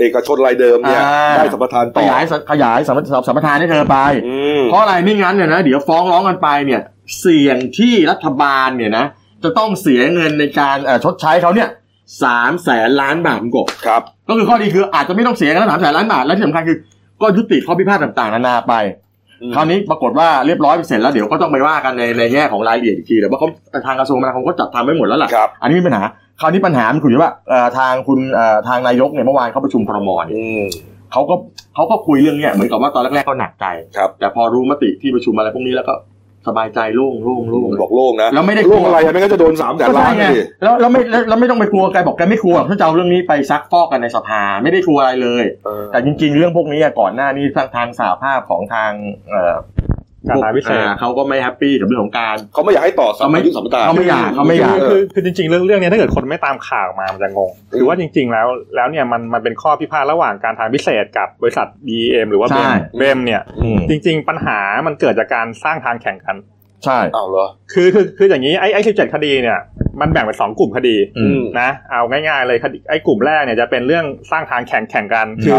A: เอกชนรายเดิมเนี่ย
B: อ่า
A: ได้สัมปทาน
B: ข
A: ต่อย
B: ายสขยายสัมปสัมปทานให้เธอไป
A: อืม
B: เพราะอะไรไม่งั้นเนี่ยนะ เดี๋ยวฟ้องร้องกันไปเนี่ย เสี่ยงที่รัฐบาลเนี่ยนะ จะต้องเสียเงินในการเอ่อชดใช้เขาเนี่ยสามแสนล้านบาทกบ
A: ครับ
B: ก็คือข้อดีคืออาจจะไม่ต้องเสียเงินสามแสนล้านบาท และที่สำคัญคือก็ยุติข้อพิพาทต่างๆ นานาไป
A: อืม
B: คราวนี้ปรากฏว่าเรียบร้อยเสร็จแล้วเดี๋ยวก็ต้องไปว่ากันในในแง่ของรายละเอียดอีกทีแต่ว่าเขาทางกระทรวงคมนาคมก็จัดทำไว้หมดแล้วล่ะ
A: ครับ
B: อันนี้มีปัญหา คราวนี้ปัญหามันคือว่าเอ่อทางคุณเอ่อทางนายกเนี่ยเมื่อวานเขาประชุมครมเนี่ย
A: อืม
B: เขาก็เขาก็คุยเรื่องเนี่ยเหมือนกับว่าตอนแรกๆก็หนักใจ
A: ครับ
B: แต่พอรู้มติที่ประชุมอะไรพวกนี้แล้วก็สบายใจโล่งโล่งโล่ง
A: บอกโล่งนะ
B: แล้วไม่ได้
A: โล่งอะไรอะไม่งั้นจะโดนสามแสน
B: ก็
A: ล้าน
B: ใช่ไง
A: นะดิ
B: แล้วแล้วไม่แล้วแล้วไม่ต้องไปกลัวแกบอกแกไม่กลัวเขาจะเอาเรื่องนี้ไปซักฟอกกันในสภาไม่ได้กลัวอะไรเลย
A: เออ
B: แต่จริง ๆ เรื่องพวกนี้อะก่อนหน้านี้ทางทางสาภาพของทางเอ่อ
D: การหาวิเศษ
B: อ่เขาก็ไม่แฮปปี้กับเรื่องของการ
A: เขาไม่อยากให้ต่อสัม
B: เขาไม่
A: ปทานสัมปทาน
B: เขาไม่อยากเขาไม่อยาก
A: เ
D: คือคือจริง ๆ เรื่องเรื่องเนี้ยถ้าเกิดคนไม่ตามข่าวมามันจะงงคือว่าจริง ๆ แล้วแล้วเนี่ยมันมันเป็นข้อพิพาทระหว่างการทางพิเศษกับบริษัท BM หรือว่า
B: ใช่
D: เบมเบมเนี่ย
B: อืม
D: จริง ๆ ปัญหามันเกิดจากการสร้างทางแข่งกัน
B: ใช่
A: เอาเหรอ
D: คือคือคืออย่างนี้ไอ้ไอ้สิบเจ็ดคดีเนี่ยมันแบ่งเป็นสองกลุ่มคดี
B: อืม
D: นะเอาง่ายๆเลยคดีไอ้กลุ่มแรกเนี่ยจะเป็นเรื่องสร้างทางแข่งแข่งกัน
B: ค
D: คื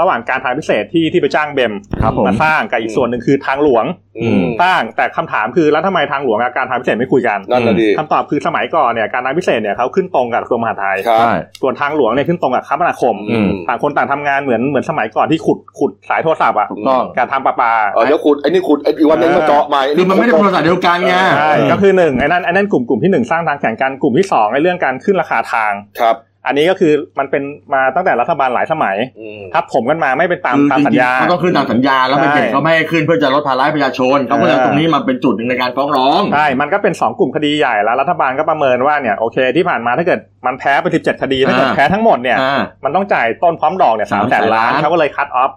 B: รับ
D: อ ระหว่างการทางพิเศษที่ที่ไปจ้างเบม
B: ครับผม
D: มาสร้างกับอีกส่วนหนึ่งคือทางหลวง
A: อืม
D: สร้างแต่คำถามคือแล้วทำไมทางหลวงกับการทางพิเศษไม่คุยกัน
A: นั่นแหละดิ
D: คำตอบคือสมัยก่อนเนี่ยการทางพิเศษเนี่ยเขาขึ้นตรงกับกระทรวงมหาดไทย
A: ครับ
B: ใช่
D: ส่วนทางหลวงเนี่ยขึ้นตรงกับคมนาคม
B: อืม
D: ต่างคนต่างทำงานเหมือนเหมือนสมัยก่อนที่ขุดขุดสายโทรศัพท์อ่ะ
B: ถูกต้อง
D: การทำประปา
A: เออเดี๋ยวขุดไอ้นี่ขุดไอ้อีกวันนึง
D: เออ
A: มาเจาะใหม่อ้
B: คือมันไม่ได้
A: ขุ
B: เป็นภาษาเดียวกันไง
D: ใช่ก็คือหนึ่งไอ้นั่นไอ้นั่นกลุ่มกลุ่มที่หนึ่งสร้างทางแข่งกันกลุ่มที่สองไอ้เรื่องการขึ้นราคาทาง
A: ครับ
D: อันนี้ก็คือมันเป็นมาตั้งแต่รัฐบาลหลายสมัย
A: อืม
D: ทับผมกันมาไม่เป็นตาม
B: คือ
D: ตามสัญญา
B: จริงๆเขาต้องขึ้นตามสัญญาแล้ว
D: ใช่
B: มันเป็นเขาไม่ให้ขึ้นเพื่อจะลดภาระประชาชนเขาก็เลย
D: เออ
B: ตรงนี้มาเป็นจุดหนึ่งในการฟ้องร้อง
D: ใช่ มันก็เป็น 2 กลุ่มคดีใหญ่แล้วรัฐบาลก็ประเมินว่าเนี่ยโอเคที่ผ่านมาถ้าเกิดมันแพ้ไป17คดีถ้าเกิดแพ้ทั้งหมดเนี่ย
B: อ่า
D: มันต้องจ่ายต้นพร้อมดอกเนี่ยสามแสน
B: 300,000
D: ล้าน
B: ล้าน
D: เขาก็เลยคัดออฟ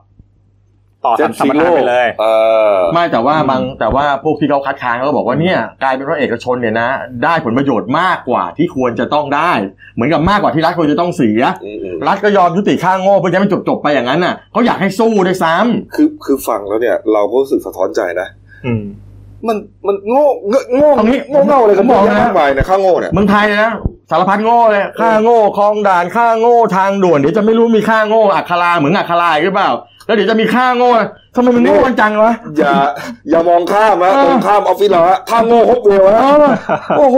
D: ต่อ
A: เจ็
D: ทา
A: ด
D: นสัม
A: สิ
D: ป
A: งโล
D: ทาน
A: ก
D: ไปเลย
A: เออ
B: ไม่แต่ว่าบางแต่ว่าพวกที่เขาคัดค้านเขาก็บอกว่าเนี่ยกลายเป็นว่าเอกชนเนี่ยนะ ได้ผลประโยชน์มากกว่าที่ควรจะต้องได้ เหมือนกับมากกว่าที่รัฐควรจะต้องเสีย
A: อืมอืม
B: รัฐก็ยอมยุติค่างโง่เพื่อจะไม่จบจบๆไปอย่างนั้นน่ะเขาอยากให้สู้ด้วยซ้
A: คือคือฟังแล้วเนี่ย เราก็รู้สึกสะท้อนใจนะ
D: อืม
A: มันมันโง่เงอะโง่
B: ำตรงนี้
A: โง่เง่าอะไรกัน
B: ผมบอก
A: เยะ
B: นะ
A: มากมายนะข้างโง่เนี่ย
B: เมืองไทยเนี่ยนะ สารพัดโง่เลยค่าโง่คลองด่านค่าโง่ทางด่วนเดี๋ยวจะไม่รู้มีค่าโง่อัคราเหมือนอัคราอีกหรือเปล่า แล้วเดี๋ยวจะมีค่าโง่ทำไมมันโง่กันจังวะ
A: อย่าอย่ามองข้ามนะ
B: เออ
A: ตรงข้ามออฟฟิศเราฮะถ้าโง่ครบเร็ว
B: เอ
A: ฮะ
B: อโอ้โห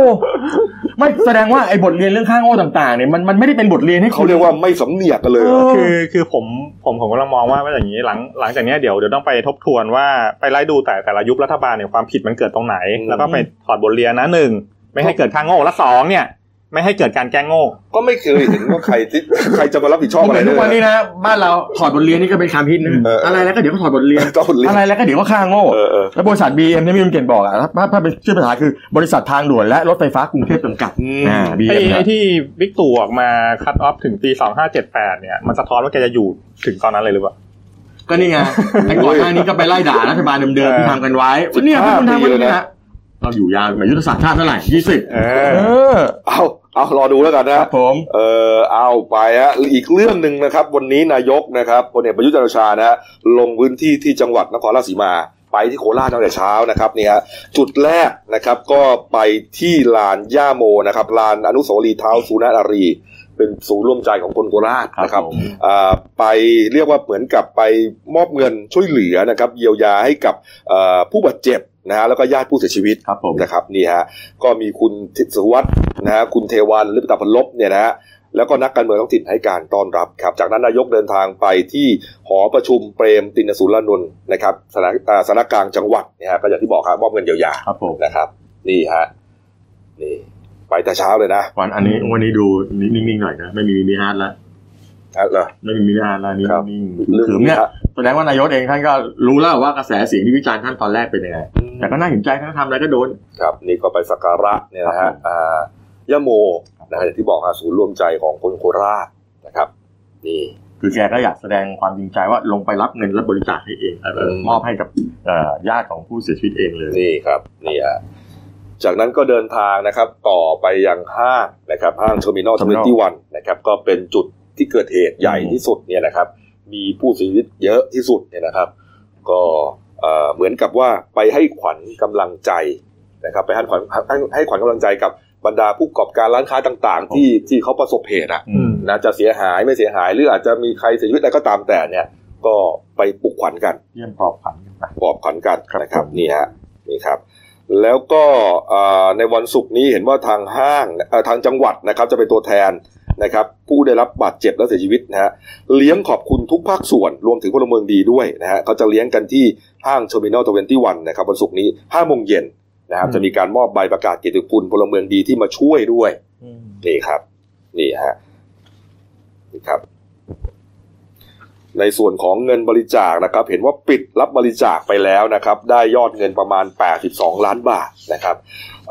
B: ไม่แสดงว่าไอ้บทเรียนเรื่องค่าโง่ต่างๆเนี่ยมันมันไม่ได้เป็นบทเรียนให้
A: เขา
B: คุณ
A: เรียกว่าไม่สำเนียกกันเลย
B: เอ
D: คือคือผมผมผมกำลังมองว่าว่าอย่างนี้หลังหลังจากเนี้ยเดี๋ยวเดี๋ยวต้องไปทบทวนว่าไปไล่ดูแต่แต่ละยุครัฐบาลเนี่ยความผิดมันเกิดตรงไหน
A: อืม
D: แล้วก็ไปถอดบทเรียนนะหนึ่งไม่ให้เกิดข้างโง่และสองเนี่ย ไม่ให้เกิดการแกล้งโง่
A: ก็ไม่เคยเห็นว่าใครที่ใครจะมารับผิดชอบ
B: นี่
A: อะไร
B: เป็น
A: เล
B: ทุกวัน
A: ย
B: นี้นะบ้านเราถอดบทเรียนนี่ก็เป็นคำฮิตนะ
A: เอออ
B: อะไรแล้วก็เดี๋ยวก็ถอดบทเรียน
A: ต้องเรียน
B: อะไรแล้วก็เดี๋ยวก็ค่าโง่
A: เออเออ
B: แล้วบริษัท BM เนี่ยมีคุณเก่งบอกอะถ้าถ้าเป็นชื่อภาษาคือบริษัททางด่วนและรถไฟฟ้ากรุงเทพจำกัด
A: อืม
B: อ่า BM
D: ไอ้
B: นะ
D: ไอ้ที่บิ๊กตู่ออกมาคัดออฟถึงปีสองห้าเจ็ดแปดเนี่ย มันสะท้อนว่าแกจะอยู่ถึงตอนนั้นเลยหรือเปล่า
B: ก็นี่ไงไอ้ก่อนหน้านี้ก็ไปไล่ด่ารัฐบาลเดิมๆที่ทำกันไว้ก็เนี่ยพวกคุณทำกัน
A: ห้าปีเลย
B: เนี่ย
A: นะ
B: เราอยู่ยาวมายุทธศาสตร์ชาติเท่าไหร่ยี่สิบ
D: เอ
B: เอ
D: อ
B: อ
A: เอาเอารอดูแล้วกัน
B: ค
A: นะ
B: รับผม
A: เออเอาไปฮะอีกเรื่องหนึ่งนะครับ วันนี้นายกนะครับพลเอกประยุทธ์จันทร์โอชานะฮะลงพื้นที่ที่จังหวัดนครราชสีมา ไปที่โคราชตั้งแต่เช้านะครับนี่ฮะจุดแรกนะครับก็ไปที่ลานย่าโมนะครับลานอนุสาวรีย์เท้าสุนารี เป็นศูนย์ร่วมใจของคนโคราชนะครับ
B: ผม
A: อ่าไปเรียกว่าเหมือนกับไปมอบเงินช่วยเหลือนะครับเยียวยาให้กับเอ่อผู้บาดเจ็บนะฮะแล้วก็ญาติผู้เสียชีวิต
B: ครับผม
A: นะครับนี่ฮะก็มีคุณทิศสุวัฒน์นะฮะคุณเทวันลิปตาพลลบเนี่ยนะฮะแล้วก็นักการเมืองท้องถิ่นให้การต้อนรับครับจากนั้นนายกเดินทางไปที่หอประชุมเปรมตินสุรานนท์นะครับสถานอ่าสถานกลางจังหวัดนะฮะก็อย่างที่บอกครับมอบเงินเยียวยา
B: ครับผม
A: นะครับนี่ฮะนี่ไปแต่เช้าเลยนะ
B: วันอันนี้วันนี้ดูนิ่งๆหน่อยนะไม่มีมินิฮาร์ดแล้ว
A: อ่ะเหรอ
B: ไม่มีมินิฮาร์ดแล้วนี่
A: ครับ
B: นิ่งๆคือเนี่ยแสดงว่านายกเองท่านก็รู้แล้วว่ากระแสเสียงที่วิจารณ์ท่านตอนแรกเป็นยังไงแต่ก็น่าเห็นใจท่านทำอะไรก็โดน
A: ครับนี่ก็ไปสักการะเนี่ยนะ
B: ครั
A: ฮะ
B: บผม
A: อ่ายะโมนะฮะอย่างที่บอกฮะศูนย์รวมใจของคนโคราชนะครับ นี่
B: คือแกก็อยากแสดงความจริงใจว่าลงไปรับเงินและบริจาคให้เองเอ่อ
A: อืม
B: มอบให้กับเอ่อญาติของผู้เสียชีวิตเองเลย
A: นี่ครับนี่ฮะจากนั้นก็เดินทางนะครับ ต่อไปยังห้างนะครับห้างเทอร์มินอล
B: Terminal
A: ทเวนตี้วันนะครับ ก็เป็นจุดที่เกิดเหตุใหญ่
B: อืม
A: ที่สุดเนี่ยนะครับ มีผู้เสียชีวิตเยอะที่สุดเนี่ยนะครับ ก็เอ่อเหมือนกับว่าไปให้ขวัญกำลังใจนะครับ ไปให้ขวัญให้ให้ขวัญกำลังใจกับบรรดาผู้ประกอบการร้านค้าต่างๆ ที่ที่เขาประสบเหตุอะ
D: อืม
A: นะจะเสียหายไม่เสียหายหรืออาจจะมีใครเสียชีวิตอะไรก็ตามแต่เนี่ย ก็ไปปลุกขวัญกัน
B: เยี่ยมปลอบขวัญกันไป
A: ปลอบขวัญกัน
B: ครับ
A: นะครับ
B: ผม
A: นี่ฮะนี่ครับ แล้วก็อ่าในวันศุกร์นี้เห็นว่าทางห้างเอ่อทางจังหวัดนะครับ จะเป็นตัวแทนนะครับ ผู้ได้รับบาดเจ็บและเสียชีวิตนะฮะเลี้ยงขอบคุณทุกภาคส่วนรวมถึงพลเมืองดีด้วยนะฮะเขาจะเลี้ยงกันที่ห้างเทอร์มินอลทเวนตี้วันนะครับวันศุกร์นี้ห้าโมงเย็นนะครับ จะมีการมอบใบประกาศเกียรติคุณพลเมืองดีที่มาช่วยด้วย นี่ครับ นี่ฮะนี่ครับ ในส่วนของเงินบริจาคนะครับ เห็นว่าปิดรับบริจาคไปแล้วนะครับ ได้ยอดเงินประมาณ 82 ล้านบาทนะครับ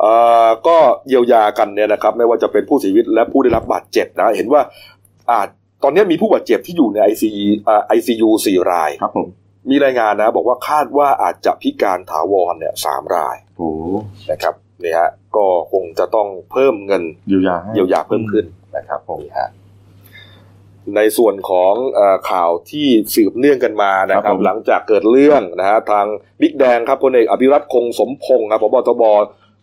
A: เอ่อก็เยียวยากันเนี่ยนะครับ ไม่ว่าจะเป็นผู้เสียชีวิตและผู้ได้รับบาดเจ็บนะ เห็นว่าอาจตอนนี้มีผู้บาดเจ็บที่อยู่ใน ICU อ่า ICU สี่ราย
B: ครับผม
A: มีรายงานนะ บอกว่าคาดว่าอาจจะพิการถาวรเนี่ยสามราย
B: โอ้
A: นะครับนี่ฮะก็คงจะต้องเพิ่มเงิน
B: เยียวยาให้
A: เยียวยาเพิ่มขึ้นนะครับผมฮะในส่วนของเออข่าวที่สืบเนื่องกันมานะครับ หลังจากเกิดเรื่องนะฮะทางบิ๊กแดงครับพลเอกอภิรัตคงสมพงศ์ครับพบทบ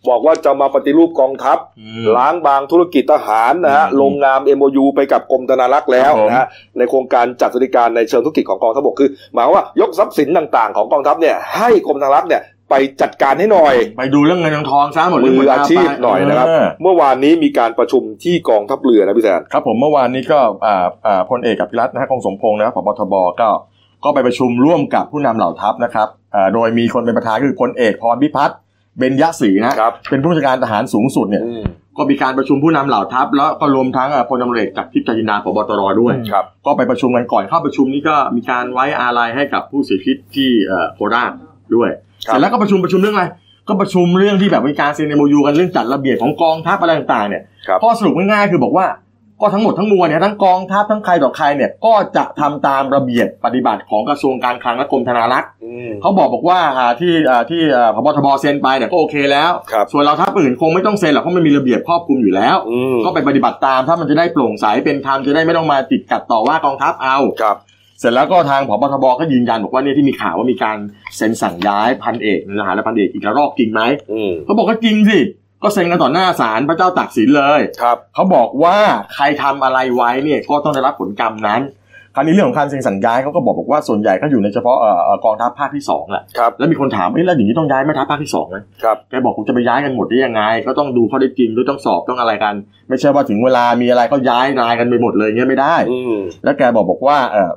A: บอกว่าจะมาปฏิรูปกองทัพ
B: อืม
A: ล้างบางธุรกิจทหารนะฮะ
B: อืม
A: ลงนาม MOU ไปกับกรมธนารักษ์แล้ว
B: ครับผม
A: นะฮะในโครงการจัดสวัสดิการในเชิงธุรกิจของกองทัพบกคือหมายความว่ายกทรัพย์สินต่างๆ ของกองทัพเนี่ยให้กรมธนารักษ์เนี่ยไปจัดการให้หน่อย
B: ไปดูเรื่องเงินทองซะหมดเลย
A: มืออาชีพหน่อยนะครับ
B: เ
A: เมื่อวานนี้มีการประชุมที่กองทัพเรือนะพี่แซน
B: ครับผมเมื่อวานนี้ก็อ่าอ่าพลเอกอภิรัตน์นะฮะคงสมพงศ์นะครับผบทบก็ก็ไปประชุมร่วมกับผู้นำเหล่าทัพนะครับอ่าโดยมีคนเป็นประธานคือพลเอกพรพิพัฒน์เบญยศรีนะครับ เป็นผู้บัญชาการทหารสูงสุดเนี่ย
A: อืม
B: ก็มีการประชุมผู้นำเหล่าทัพ แล้วก็รวมทั้งเอ่อพลตำรวจเอกจากทิพย์จันจินดาพบตรด้วย
D: อืม
A: ครับ
B: ก็ไปประชุมกันก่อนเข้าประชุมนี้ก็มีการไว้อาลัยให้กับผู้เสียชีวิตที่เอ่อโคราชด้วย
A: ครับ
B: เสร็จแล้วก็ประชุมประชุมเรื่องอะไร ก็ประชุมเรื่องที่แบบมีการเซ็นเอโมยูกันเรื่องจัดระเบียบของกองทัพอะไรต่างๆเนี่ย
A: ครับ
B: ข้อสรุปง่ายๆคือบอกว่าก็ทั้งหมดทั้งมวลเนี่ยทั้งกองทัพทั้งใครต่อใครเนี่ยก็จะทำตามระเบียบปฏิบัติของกระทรวงการคลังและกรมธนารักษ์
A: อืม
B: เขาบอกบอกว่าอ่าที่อ่าที่อ่าพบทบเซ็นไปเนี่ยก็โอเคแล้ว
A: ครับ
B: ส่วนเราทัพอื่นคงไม่ต้องเซ็นหรอกเพราะมันมีระเบียบครอบคลุมอยู่แล้ว
A: อืม
B: ก็ไปปฏิบัติตามถ้ามันจะได้โปร่งใสเป็นธรรมจะได้ไม่ต้องมาติดกัดต่อว่ากองทัพเอา
A: ครับ
B: เสร็จแล้วก็ทางผบทบก็ยืนยันบอกว่าเนี่ยที่มีข่าวว่ามีการเซ็นสั่งย้ายพันเอกนายทหารและพันเอกอีกระรอกจริงไหม
A: อืม
B: เขาบอกว่าจริงสิ ก็เซ็นกันต่อหน้าศาลพระเจ้าตากสินเลย
A: ครับ
B: เขาบอกว่าใครทำอะไรไว้เนี่ยก็ต้องได้รับผลกรรมนั้น คราวนี้เรื่องของการเซ็นสัญญาเขาก็บอกบอกว่าส่วนใหญ่ก็อยู่ในเฉพาะเอ่อเอ่อกองทัพภาคที่สองแหละ
A: ครับ
B: แล้วมีคนถามเอ้แล้วอย่างนี้ต้องย้ายแม่ทัพภาคที่สองไหม
A: ครับ
B: แกบอกผมจะไปย้ายกันหมดได้ยังไง ก็ต้องดูข้อได้จริงด้วยต้องสอบต้องอะไรกัน ไม่ใช่ว่าถึงเวลามีอะไรก็ย้ายนายกันไปหมดเลยเงี้ยไม่ได้
A: อืม
B: แล้วแกบอกบอกว่าเออ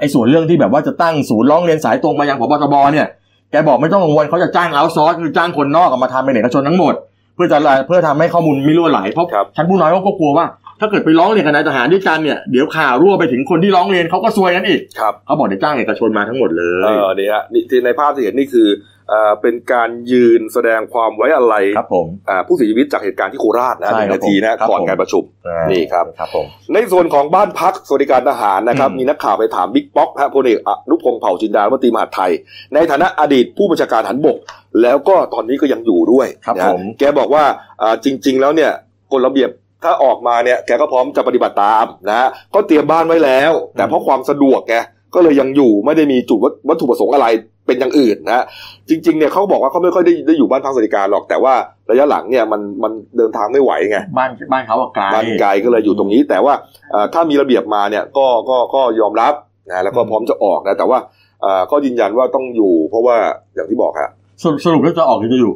B: ไอ้ส่วนเรื่องที่แบบว่าจะตั้งศูนย์ร้องเรียนสายตรงมายังพบตบเนี่ยแกบอกไม่ต้องกังวลเขาจะจ้างเอาซอร์สคือจ้างคนนอกอะมาทำเป็นเอกชนทั้งหมด เพื่อจะเพื่อทำให้ข้อมูลไม่รั่วไหลเพราะ
A: ครับ
B: ชั้นผู้น้อยเขาก็กลัวว่า ถ้าเกิดไปร้องเรียนกับนายทหารด้วยกันเนี่ยเดี๋ยวข่าวรั่วไปถึงคนที่ร้องเรียนเขาก็ซวยกันอีก
A: ครับ
B: เขาบอกเดี๋ยวจ้างเอกชนมาทั้งหมดเล
A: เอย อนี่ฮะนี่ที่ในภาพที่เห็นนี่คือเอ่อเป็นการยืนแสดงความไว้อะไร
B: ครับผม
A: อ่าผู้เสียชีวิตจากเหตุการณ์ที่โคราชนะฮะ
B: ใช่
A: หนึ่ง
B: ครับ
A: นาทีนะ
B: ผม
A: ก่อน
B: ครั
A: กา
B: บผม
A: รประชุม นี่ครับ
B: ครับผม
A: ในส่วนของบ้านพักสวัสดิการทหารนะครับ
B: อืม
A: มีนักข่าวไปถามบิ๊กป๊อกฮะพลเอกอนุพงศ์เผ่าจินดารัฐมนตรีมหาดไทย ในฐานะอดีตผู้บัญชาการทหารบก แล้วก็ตอนนี้ก็ยังอยู่ด้วย
B: ครับ
A: นะฮะ
B: ผม
A: แกบอกว่าอ่าจริง ๆ แล้วเนี่ยกฎระเบียบถ้าออกมาเนี่ยแกก็พร้อมจะปฏิบัติตามนะฮะก็เตรียมบ้านไว้แล้ว แต่เพราะความสะดวกไงก็เลยยังอยู่ไม่ได้มีจุดวัตวัตถุประสงค์อะไรเป็นอย่างอื่นนะฮะจริงๆเนี่ยเขาบอกว่าเขาไม่ค่อยได้ได้อยู่บ้านพักสวัสดิการหรอกแต่ว่าระยะหลังเนี่ยมันมันเดินทางไม่ไหวไง
B: บ้านบ้านเขาอะไกล
A: บ้านไกลก็เลยอยู่ตรงนี้แต่ว่าเอ่อถ้ามีระเบียบมาเนี่ยก็ก็ก็ยอมรับนะแล้วก็พร้อมจะออกนะแต่ว่าเอ่อก็ยืนยันว่าต้องอยู่ เพราะว่าอย่างที่บอกฮะ
B: สรุปสรุปแล้วจะออกหรือจะอยู่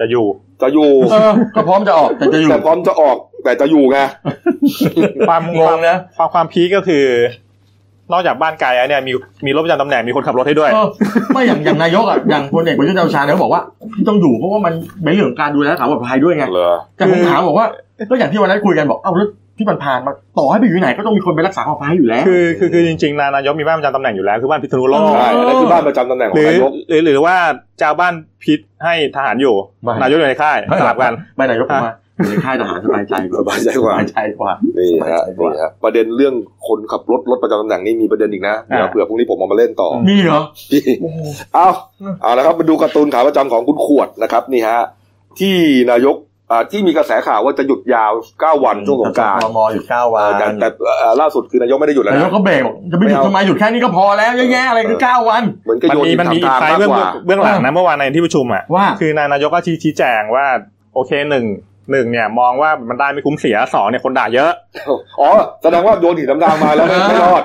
D: จะอยู่
A: จะอยู่
B: เออก็พร้อมจะออกแต่จะอยู่
A: แต่พร้อมจะออกแต่จะอยู่ไง
D: ความ
B: งงนะ
D: ความความพีคก็คือ นอกจากบ้านไกลแล้วเนี่ยมีมีรถประจำตำแหน่งมีคนขับรถให้ด้วย
B: เออไม่อย่างอย่างนายกอ่ะอย่างพลเอกประยุทธ์จันทร์โอชาเนี่ยเขาบอกว่าที่ต้องอยู่เพราะว่ามันเป็นเรื่องของการดูแลสาธารณปลอดภัยด้วยไง
A: เหรอ
B: แต่ผมถามบอกว่าก็อย่างที่วันนั้นคุยกันบอกเอ้าแล้วที่มันผ่านมาต่อให้ไปอยู่ที่ไหนก็ต้องมีคนไปรักษาความปลอดภัยอยู่แล้ว
D: คือคือคือจริงๆนายกมีบ้านประจำตำแหน่งอยู่แล้วคือบ้านพิษณุโลก
B: เอ
A: ใช่อันนั่นคือบ้านประจำตำแหน่งข
D: ห
A: อ
D: รือน
A: งายก
D: หรือหรือว่าจะเอาบ้านพิษให้ทหารอยู่
B: ไม่
D: นายกอยู่ในค่ายสลับกัน
B: ไม่นายกผมว่าอยู่ในค่ายทหารสบายใจ
A: ส
B: กว่า
A: บายใจกว่า
B: สบายใจกว่า
A: นี่ฮะ
B: สบายใจกว่า
A: นี่ฮะประเด็นเรื่องคนขับรถรถประจำตำแหน่งนี่มีประเด็นอีกนะเดี๋ยว
D: อ่า
A: เผื่อพรุ่งนี้ผมเอามาเล่นต่อ
B: มีเหรอ
A: เอาเอาละครับมาดูการ์ตูนขาประจำของคุณขวดนะครับนี่ฮะที่นายกอ่าที่มีกระแสข่าวว่าจะหยุดยาว 9 วันช่วงสงกราร
B: แต่มอยู่เก้าวั
A: เอ่อนแต่แต่เอ่อล่าสุดคือนายกไม่ได้หยุดแล้ว
B: นายก
A: นะ
B: ก็เบรกบอกจะไม่ห
A: ไม่
B: ยุด
A: เอา
B: ทำไมหยุดแค่นี้ก็พอแล้วเยอะแยะอะไรคือเก้าวัน
A: เหมือนก็
D: มัน
A: โยน
D: มี
A: หิน
D: มันมี
A: ทำทาง
D: ท้าย
A: มาก
D: เบื้
A: ก
D: อง
A: ว่า
D: เบื้องหลังนะเมื่อวานในที่ประชุมอ่ะ
B: ว่า
D: คือนายกก็ชี้ชี้แจงว่า โอเคหนึ่งหนึ่งเนี่ย มองว่ามันได้ไม่คุ้มเสียสองเนี่ยคนด่าเยอะ
A: อ๋อแสดงว่าโยนหินทำทางมาแล้วไม่
B: เออ
A: ไม่รอด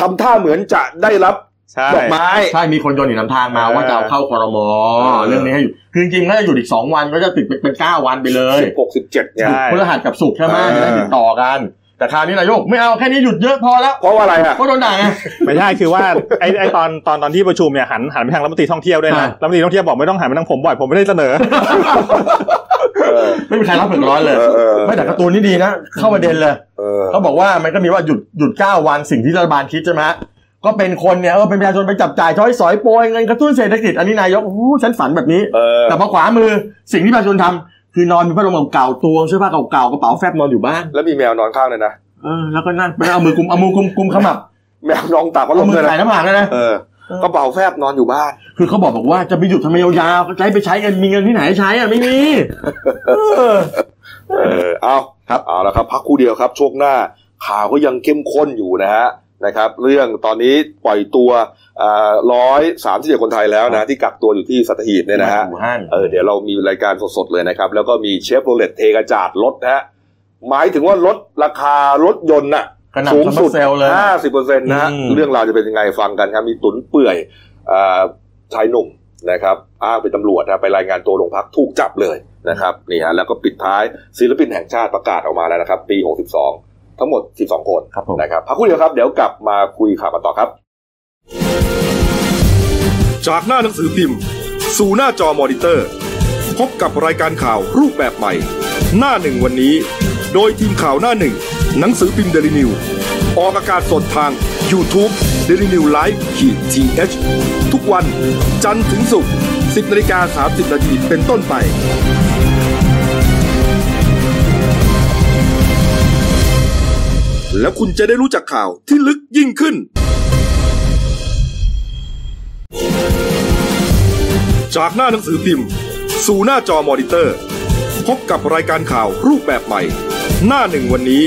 A: ทำท่าเหมือนจะได้รับ
D: ใช่
A: ดอกไม้
B: ใช่มีคนโยนหนีนำทางมา
D: เออ
B: ว่าจะเอาเข้าคอรมอ
A: อ
B: เรื่องนี้ให้อยู่คือจริงๆก็จะหยุดอีกสองวันก็จะติดเป็นเป็นเก้าวันไปเลย
A: 16 17เนี่ย
D: ใช่
B: พฤหัสกับศุกร์ใช่ไหม
A: เออ
B: จะได้ติดต่อกัน แต่คราวนี้นายกไม่เอาแค่นี้หยุดเยอะพอแล้ว
A: เพราะว่าอะไรอ่ะ
B: ก็โดนด่าไง
D: ไม่ใช่คือว่าไอไอตอนตอนตอนที่ประชุมเนี่ยหันหันไปทางรัฐมนตรีท่องเที่ยวด้วยนะ
B: อ่า
D: รัฐมนตรีท่องเที่ยวบอกไม่ต้องหันไปทางผมบ่อยผมไม่ได้เสนอ
A: เออ
B: ไม่มีใครรับเผือกร้อนเลย
A: เออเออ
B: ไม่แต่การ์ตูนนี่ดีนะ เข้าประเด็นเลย
A: เออ
B: เขาบอกว่ามันก็มีว่าหยุดหยุด 9 วันสิ่งที่รัฐบาลคิดใช่ไหมฮะก็เป็นคนเนี่ยเออเป็นประชาชนไปจับจ่ายช้อยสอยโปรยเงินกระตุ้นเศรษฐกิจอันนี้นายกโอ้โหฉันฝันแบบนี้
A: เออ
B: แต่พอขวามือสิ่งที่ประชาชนทำคือนอนมีพัดลมเก่าๆตวงเสื้อผ้าเก่าๆกระเป๋าแฟบนอนอยู่บ้าน
A: แล้วมีแมวนอนข้างเลยนะ
B: เออแล้วก็นั่งไปเอามือกุมเอามือกุมกุมขมับ
A: แมวนองตากพัดล
B: เอา
A: ม
B: มื
A: เล
B: อย ถ่า
A: นะ
B: ยน้ำหมากเลยนะ
A: เออ
B: เออ
A: กระเป๋าแฟบนอนอยู่บ้าน
B: คือเขาบอกบอกว่าจะไปหยุดทำไมยาวๆก็จะให้ไปใช้กันมีเงินที่ไหนใช้อ่ะไม่มีเออ
A: เออเอาครับเอาละครับพักครู่เดียวครับช่วงหน้าข่าวก็ยังเข้มข้นอยู่นะฮะนะครับ เรื่องตอนนี้ปล่อยตัวร้อยสามสิบเจ็ดคนไทยแล้วนะที่กักตัวอยู่ที่สัตหีบเนี่ยนะฮะ
B: อู่ฮั่น
A: เออเดี๋ยวเรามีรายการสดๆเลยนะครับ แล้วก็มีเชฟโรเลตเทกระจาดลดนะฮะหมายถึงว่าลดราคารถยนต์น่ะ
B: กระหน่ำ
A: สูง
B: ซัมเม
A: สุด
B: อร์เซลเลย
A: ห้าสิบเปอร์เซ็นต์นะฮะ
D: อืม
A: เรื่องราวจะเป็นยังไงฟังกันครับมีตุนเปื่อยอ่าชายหนุ่มนะครับอ้างเป็นตำรวจนะไปรายงานตัวโรงพักถูกจับเลยนะครับนี่ฮะแล้วก็ปิดท้ายศิลปินแห่งชาติประกาศออกมาแล้วนะครับ ปี 62 ทั้งหมด 12 คน
B: ครับผม
A: นะครับพักครู่เดียวครับเดี๋ยวกลับมาคุยข่าวกันต่อครับ
E: จากหน้าหนังสือพิมพ์ สู่หน้าจอมอนิเตอร์ พบกับรายการข่าวรูปแบบใหม่ หน้าหนึ่งวันนี้ โดยทีมข่าวหน้าหนึ่ง หนังสือพิมพ์เดลิวิวออกอากาศสดทาง YouTube d e l i n e w l i v e ขีดทีทุกวันจันทร์ถึงศุกร์10นาฬิกา30นาทีเป็นต้นไป แล้วคุณจะได้รู้จักข่าวที่ลึกยิ่งขึ้น จากหน้าหนังสือพิมพ์ สู่หน้าจอมอนิเตอร์ พบกับรายการข่าวรูปแบบใหม่ หน้าหนึ่งวันนี้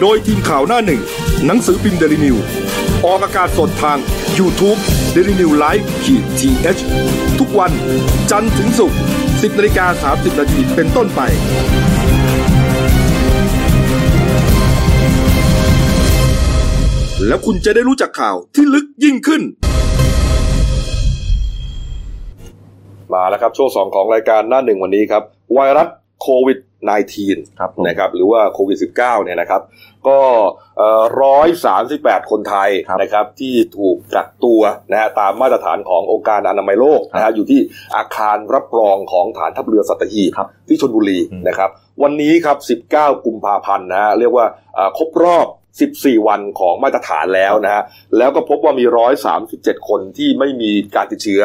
E: โดยทีมข่าวหน้าหนึ่ง หนังสือพิมพ์เดลิวิวออกอากาศสดทาง YouTube d e l i n e w l i v e ขีดทีทุกวัน จันทร์ถึงศุกร์ 10นาฬิกา30นาทีเป็นต้นไป แล้วคุณจะได้รู้จักข่าวที่ลึกยิ่งขึ้น
A: มาแล้วครับช่วงสองของรายการหน้าหนึ่งวันนี้ครับไวรัสโควิด -19
B: ครับผม
A: นะครับหรือว่าโควิด -19 เนี่ยนะครับ ก็ร้อยสามสิบแปดคนไทยนะครับ ที่ถูกกักตัวนะฮะตามมาตรฐานขององค์การอนามัยโลกนะฮะอยู่ที่อาคารรับรองของฐานทัพเรือสัตหีบ
B: ครับ
A: ที่ชนบุรี
D: อืม
A: นะครับ วันนี้ครับ 19 กุมภาพันธ์นะฮะเรียกว่าอ่าครบรอบ 14 วันของมาตรฐานแล้วนะฮะแล้วก็พบว่ามี 137 คนที่ไม่มีการติดเชื้อ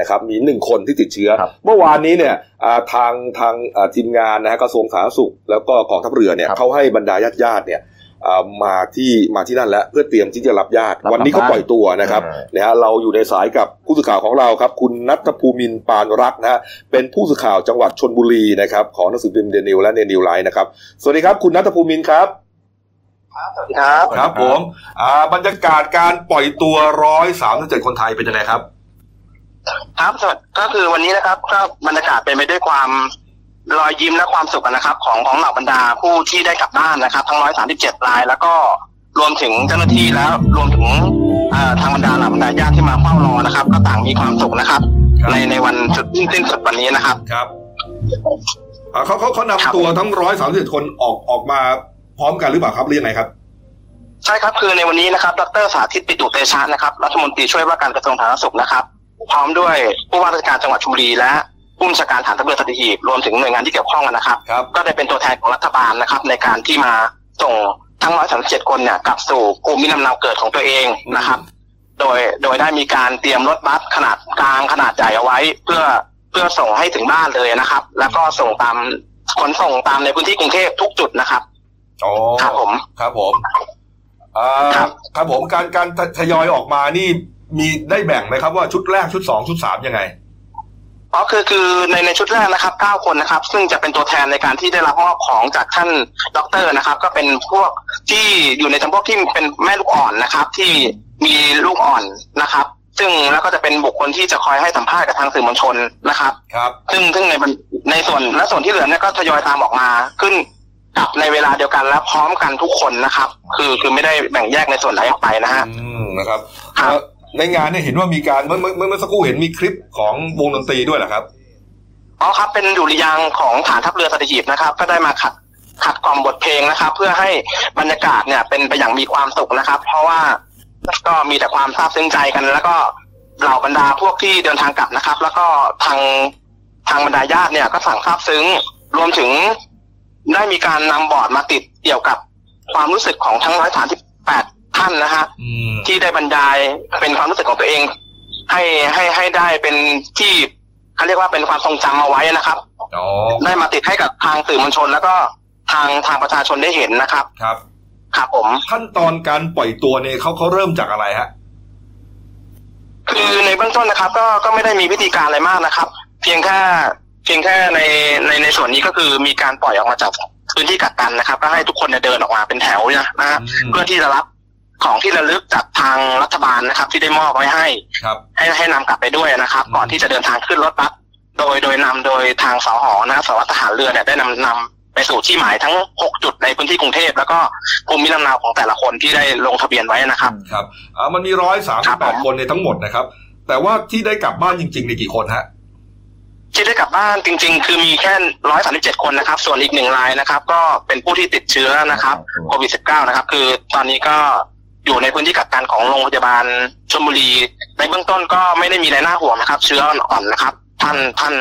A: นะครับมีหนึ่งคนที่ติดเชื้อ
B: ครับ
A: เมื่อวานนี้เนี่ยอ่าทางทางอ่าทีมงานนะฮะกระทรวงสาธารณสุข แล้วก็กองทัพเรือเนี่ย
B: ครับ
A: เขาให้บรรดาญาติญาติๆเนี่ย อ่ามาที่มาที่นั่นแล้วเพื่อเตรียมที่จะรับญาติ
B: รับ
A: วันนี้
B: กลั
A: เขา
B: บบ้าน
A: ปล่อยตัวนะครับ
B: อ่า
A: นะฮะเราอยู่ในสายกับผู้สื่อข่าวของเราครับ คุณนัทภูมินทร์ปานรักนะฮะเป็นผู้สื่อข่าวจังหวัดชนบุรีนะครับของหนังสือพิมพ์เดนิวและเดนิวไลน์นะครับสวัสดีครับ คุณนัทภูมินทร์ครับ
C: ครับ
A: ครับผมอ่าบรรยากาศการปล่อยตัวร้อยสามสิบเจ็ดคนไทยเป็นยังไงครับ
C: ครับสวัสดีก็คือวันนี้นะครับก็บรรยากาศเป็นไปด้วยความรอยยิ้มและความสุขนะครับ ของของเหล่าบรรดาผู้ที่ได้กลับบ้านนะครับ ทั้ง 137 ราย แล้วก็รวมถึงเจ้าหน้าที่แล้วรวมถึงเอ่อทางบรรดาเหล่าบรรดาญาติที่มาเฝ้ารอนะครับ ก็ต่างมีความสุขนะครับ
A: ครับ
C: ในในวันสุดสิ้นสุดวันนี้นะครับ
A: ครับเขาเขาเขา
C: ครับ
A: นำตัวทั้งร้อยสามสิบเจ็ดคนออกออกมาพร้อมกันหรือเปล่าครับหรือยังไงครับ
C: ใช่ครับคือในวันนี้นะครับดรสาธิตปิตุเตชะนะครับรัฐมนตรีช่วยว่าการกระทรวงสาธารณสุขนะครับ พร้อมด้วยผู้ว่าราชการจังหวัดชลบุรีและผู้บัญชาการฐานทัพเรือสัตหีบรวมถึงหน่วยงานที่เกี่ยวข้องนะครับ
A: ครับ
C: ก็ได้เป็นตัวแทนของรัฐบาลนะครับ ในการที่มาส่งทั้ง 137 คนเนี่ยกลับสู่ภูมิลำเนาเกิดของตัวเองนะครับ โดยโดยได้มีการเตรียมรถบัสขนาดกลางขนาดใหญ่เอาไว้ เพื่อเพื่อส่งให้ถึงบ้านเลยนะครับ แล้วก็ส่งตามขนส่งตามในพื้นที่กรุงเทพทุกจุดนะครับ
A: อ๋อ
C: ครับผม
A: ครับผมอ่า
C: ครับ
A: ครับผมการการททยอยออกมานี่มีได้แบ่งไหมครับว่าชุดแรกชุดสองชุดสามยังไง
C: อ๋อคือคือในในชุดแรกนะครับ 9 คนนะครับ ซึ่งจะเป็นตัวแทนในการที่ได้รับมอบของจากท่านด็อกเตอร์นะครับ ก็เป็นพวกที่อยู่ในจำพวกที่เป็นแม่ลูกอ่อนนะครับ ที่มีลูกอ่อนนะครับ ซึ่งแล้วก็จะเป็นบุคคลที่จะคอยให้สัมภาษณ์กับทางสื่อมวลชนนะครับ
A: ครับ
C: ซึ่งซึ่งในบรรในส่วนและส่วนที่เหลือเนี่ยก็ทยอยตามออกมาขึ้นกลับในเวลาเดียวกันและพร้อมกันทุกคนนะครับ คือคือไม่ได้แบ่งแยกในส่วนไหนออกไปนะฮะ
A: อืมนะครับ
C: ครับ
A: เอ่อในงานเนี่ยเห็นว่ามีการเมื่อเมื่อเมื่อเมื่อสักครู่เห็นมีคลิปของวงดนตรีด้วยเหรอครับ
C: อ๋อครับเป็นดุริยางค์ของฐานทัพเรือสัตหีบนะครับ ก็ได้มาขัดขัดกล่อมบทเพลงนะครับ เพื่อให้บรรยากาศเนี่ยเป็นไปอย่างมีความสุขนะครับ เพราะว่าก็มีแต่ความซาบซึ้งใจกัน แล้วก็เหล่าบรรดาพวกที่เดินทางกลับนะครับ แล้วก็ทางทางบรรดาญาติเนี่ยก็สั่งซาบซึ้ง รวมถึงได้มีการนำบอร์ดมาติดเกี่ยวกับความรู้สึกของทั้งร้อยสามสิบแปดท่านนะฮะ
A: อืม
C: ที่ได้บรรยายเป็นความรู้สึกของตัวเอง ให้ให้ให้ได้เป็นที่เขาเรียกว่าเป็นความทรงจำเอาไว้นะครับ
A: อ๋อ
C: ได้มาติดให้กับทางสื่อมวลชน แล้วก็ทางทางประชาชนได้เห็นนะครับ
A: ครับ
C: ครับผม
A: ขั้นตอนการปล่อยตัวเนี่ยเขาเขาเริ่มจากอะไรฮะ
C: คือในเบื้องต้นนะครับ ก็ก็ไม่ได้มีพิธีการอะไรมากนะครับ เพียงแค่เพียงแค่ในในในส่วนนี้ก็คือมีการปล่อยออกมาจากพื้นที่กักกันนะครับ ก็ให้ทุกคนเนี่ยเดินออกมาเป็นแถวเนยนะฮะ
A: อืม
C: เพื่อที่จะรับของที่ระลึกจากทางรัฐบาลนะครับ ที่ได้มอบไว้ให้
A: ครับ
C: ให้ให้นำกลับไปด้วยนะครับ
A: อืม
C: ก่อนที่จะเดินทางขึ้นรถบัสโดยโดยนำโดยทางสหอนะครับสวัสดิ์ทหารเรือเนี่ยได้นำนำไปสู่ที่หมายทั้ง 6 จุดในพื้นที่กรุงเทพแล้วก็ภูมิลำเนาของแต่ละคนที่ได้ลงทะเบียนไว้นะครับ
A: ครับอ่ามันมีร้อยสามสิ
C: ครั
A: บบ แปด
C: ผม
A: คนในยทั้งหมดนะครับ แต่ว่าที่ได้กลับบ้านจริงๆในยกี่คนฮะ
C: ที่ได้กลับบ้านจริง ๆ คือมีแค่ร้อยสามสิบเจ็ดคนนะครับ ส่วนอีกหนึ่งรายนะครับ ก็เป็นผู้ที่ติดเชื้อนะครับโควิดสิบเก้านะครับ คือตอนนี้ก็อยู่ในพื้นที่กักกันของโรงพยาบาลชลบุรี ในเบื้องต้นก็ไม่ได้มีอะไรน่าห่วงนะครับ เชื้ออ่อนๆนะครับ ท่านท่าน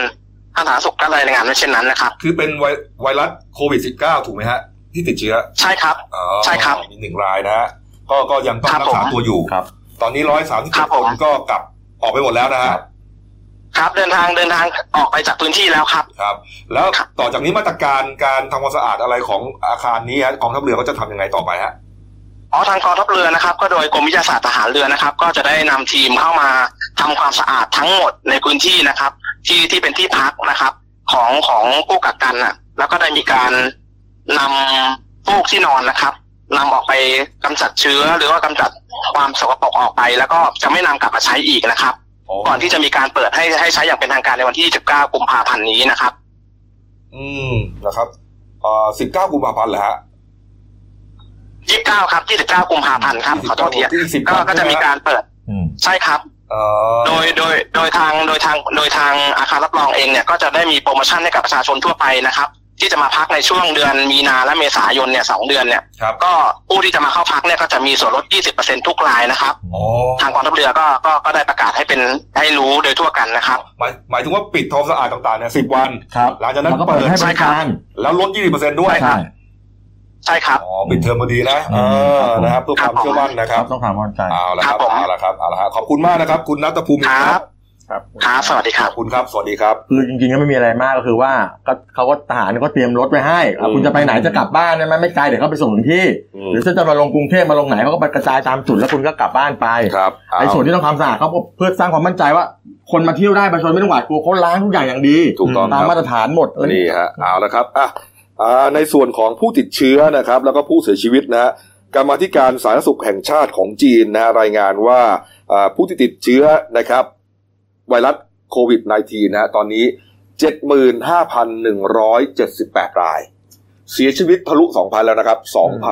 C: ท่านสาธารณสุขก็รายงานไว้เช่นนั้นนะครับ
A: คือเป็นไวไวรัสโควิด -19 ถูกไหมฮะ ที่ติดเชื้อ
C: ใช่ครับ
A: อ๋อ
C: ใช่ครับ
A: มีหนึ่งรายนะฮะก็ก็ยังต้อง
C: ครับ
A: รักษา
C: ผม
A: ตัวอยู่
D: ครับ
A: ตอนนี้ร้อยสามสิบ
C: ครับ
A: ค
C: ผม
A: นก็กลับออกไปหมดแล้วนะฮะ
D: ครับ
C: ครับเดินทางเดินทางออกไปจากพื้นที่แล้วครับ
A: ครับ แล้ว
C: ครับ
A: ต่อจากนี้มาตรการการทำความสะอาดอะไรของอาคารนี้ฮะกองทัพเรือเขาจะทำยังไงต่อไปฮะ
C: อ๋อทางกองทัพเรือนะครับ ก็โดยกรมวิทยาศาสตร์ทหารเรือนะครับ ก็จะได้นำทีมเข้ามาทำความสะอาดทั้งหมดในพื้นที่นะครับ ที่ที่เป็นที่พักนะครับ ของของผู้กักกันน่ะ แล้วก็ได้มีการนำฟูกที่นอนนะครับนำออกไปกำจัดเชื้อหรือว่ากำจัดความสกปรกออกไป แล้วก็จะไม่นำกลับมาใช้อีกนะครับ
A: อ๋อ
C: ก่อนที่จะมีการเปิดให้ให้ใช้อย่างเป็นทางการในวันที่ 19 กุมภาพันธ์นี้นะครับ
A: อืมนะครับอ่าสิบเก้า19กุมภาพันธ์เหรอฮะ
C: 29 ครับ 29 กุมภาพันธ์ครับ ขอโทษที
A: ที่สิบ
C: ก็
A: เก้า
C: ก็จะมีการเปิด
D: อืม
C: ใช่ครับ
A: เอ่อ
C: โดยโดยโดยทางโดยทางโดยทางอาคารรับรองเองเนี่ยก็จะได้มีโปรโมชั่นให้กับประชาชนทั่วไปนะครับ ที่จะมาพักในช่วงเดือนมีนาและเมษายนเนี่ยสองเดือนเนี่ย
A: ครับ
C: ก็ผู้ที่จะมาเข้าพักเนี่ยก็จะมีส่วนลด 20%ทุกรายนะครับ
A: อ๋อ
C: ทางกองทัพเรือก็ก็ก็ได้ประกาศให้เป็นให้รู้โดยทั่วกันนะครับ
A: หมายหมายถึงว่าปิดทอมสะอาดต่างๆเนี่ยสิบวัน
B: ครับ
A: หลังจากนั้น
B: แล้วก็เปิดให้บริการ
A: แล้วลดยี่สิบเปอร์เซ็นต์ด้วย
B: ใช่
C: ใช่ครับ
A: อ๋อปิดเทอมพอดีนะเอ
B: ค
A: อนะครั
B: รับผม
A: บเพื่อความเชื่อมั่นนะค
B: ค
A: รั
B: รั
A: บบ
B: ต้องถามวันใจ
A: เอาละครับ
C: ครับผม
A: เอาละครับเอาละครับขอบคุณมากนะครับ คุณนัทภูมิ
C: ครับ
B: ครับ
C: ครับ สวัสดีค
A: ข
C: รับ
A: อบคุณครับ สวัสดีครับ
B: คือจริงๆก็ไม่มีอะไรมากก็คือว่าก็เขาก็ทหารก็เตรียมรถไว้ให้อ่ะ
A: อืม
B: คุณจะไปไหนจะกลับบ้านเนี่ยมันไม่ไกลเดี๋ยวเขาไปส่งถึงที่
A: อืม
B: หรือถ้าจะมาลงกรุงเทพมาลงไหนเขาก็ไปกระจายตามจุดแล้วคุณก็กลับบ้านไป
A: ครับเอา
B: ไอ้ส่วนที่ต้องทำสะอาดเขาก็เพื่อสร้างความมั่นใจว่า คนมาเที่ยวได้ประชาชนไม่ต้องหวาดกลัวเขาล้างทุกอย่างอย่างดี
A: ถูกต้องค
B: ตาม
A: รับ
B: มาตรฐานหมดเออ
A: นี่ฮะเอาละครับอ่ะอ่าในส่วนของผู้ติดเชื้อนะครับ แล้วก็ผู้เสียชีวิตนะฮะกรรมาธิการสาธารณสุขแห่งชาติของจีนนะฮะรายงานว่าอ่าผู้ที่ติดเชื้อนะครับ ไวรัสโควิด -19 นะฮะตอนนี้ 75,178 ราย เสียชีวิตทะลุ 2,000 แล้วนะครับ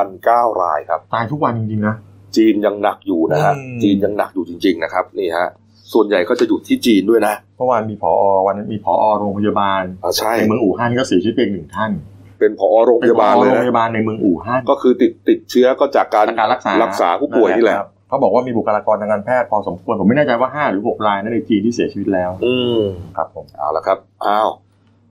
A: 2,009 รายครับ
B: ตายทุกวันจริงๆนะ
A: จีนยังหนักอยู่นะฮะ
D: อืม
A: จีนยังหนักอยู่จริง ๆ นะครับนี่ฮะส่วนใหญ่ก็จะอยู่ที่จีนด้วยนะ
B: เมื่อวานมีผอวันนั้นมีผอโรงพยาบาล
A: อ่าใช่
B: ในเมืองอู่ฮั่นก็เสียชีวิตไปอีกหนึ่งท่าน
A: เป็นผอโรงพยาบาล
B: ป็นผอ
A: เลย
B: โรง
A: นะ
B: พยาบาลในเมืองอู่ฮั่น
A: ก็คือติดติดเชื้อก็จากการ
B: จากการรักษา
A: รั
B: รั
A: กษาผู้ป่วยนี่แหละ
B: เขาบอกว่ามีบุคลากรทางการแพทย์พอสมควรผมไม่แน่ใจว่าห้าหรือหกรายนั่นในจีนที่เสียชีวิตแล้ว
A: อืม
B: ครับผม
A: เอาละครับ อ้าว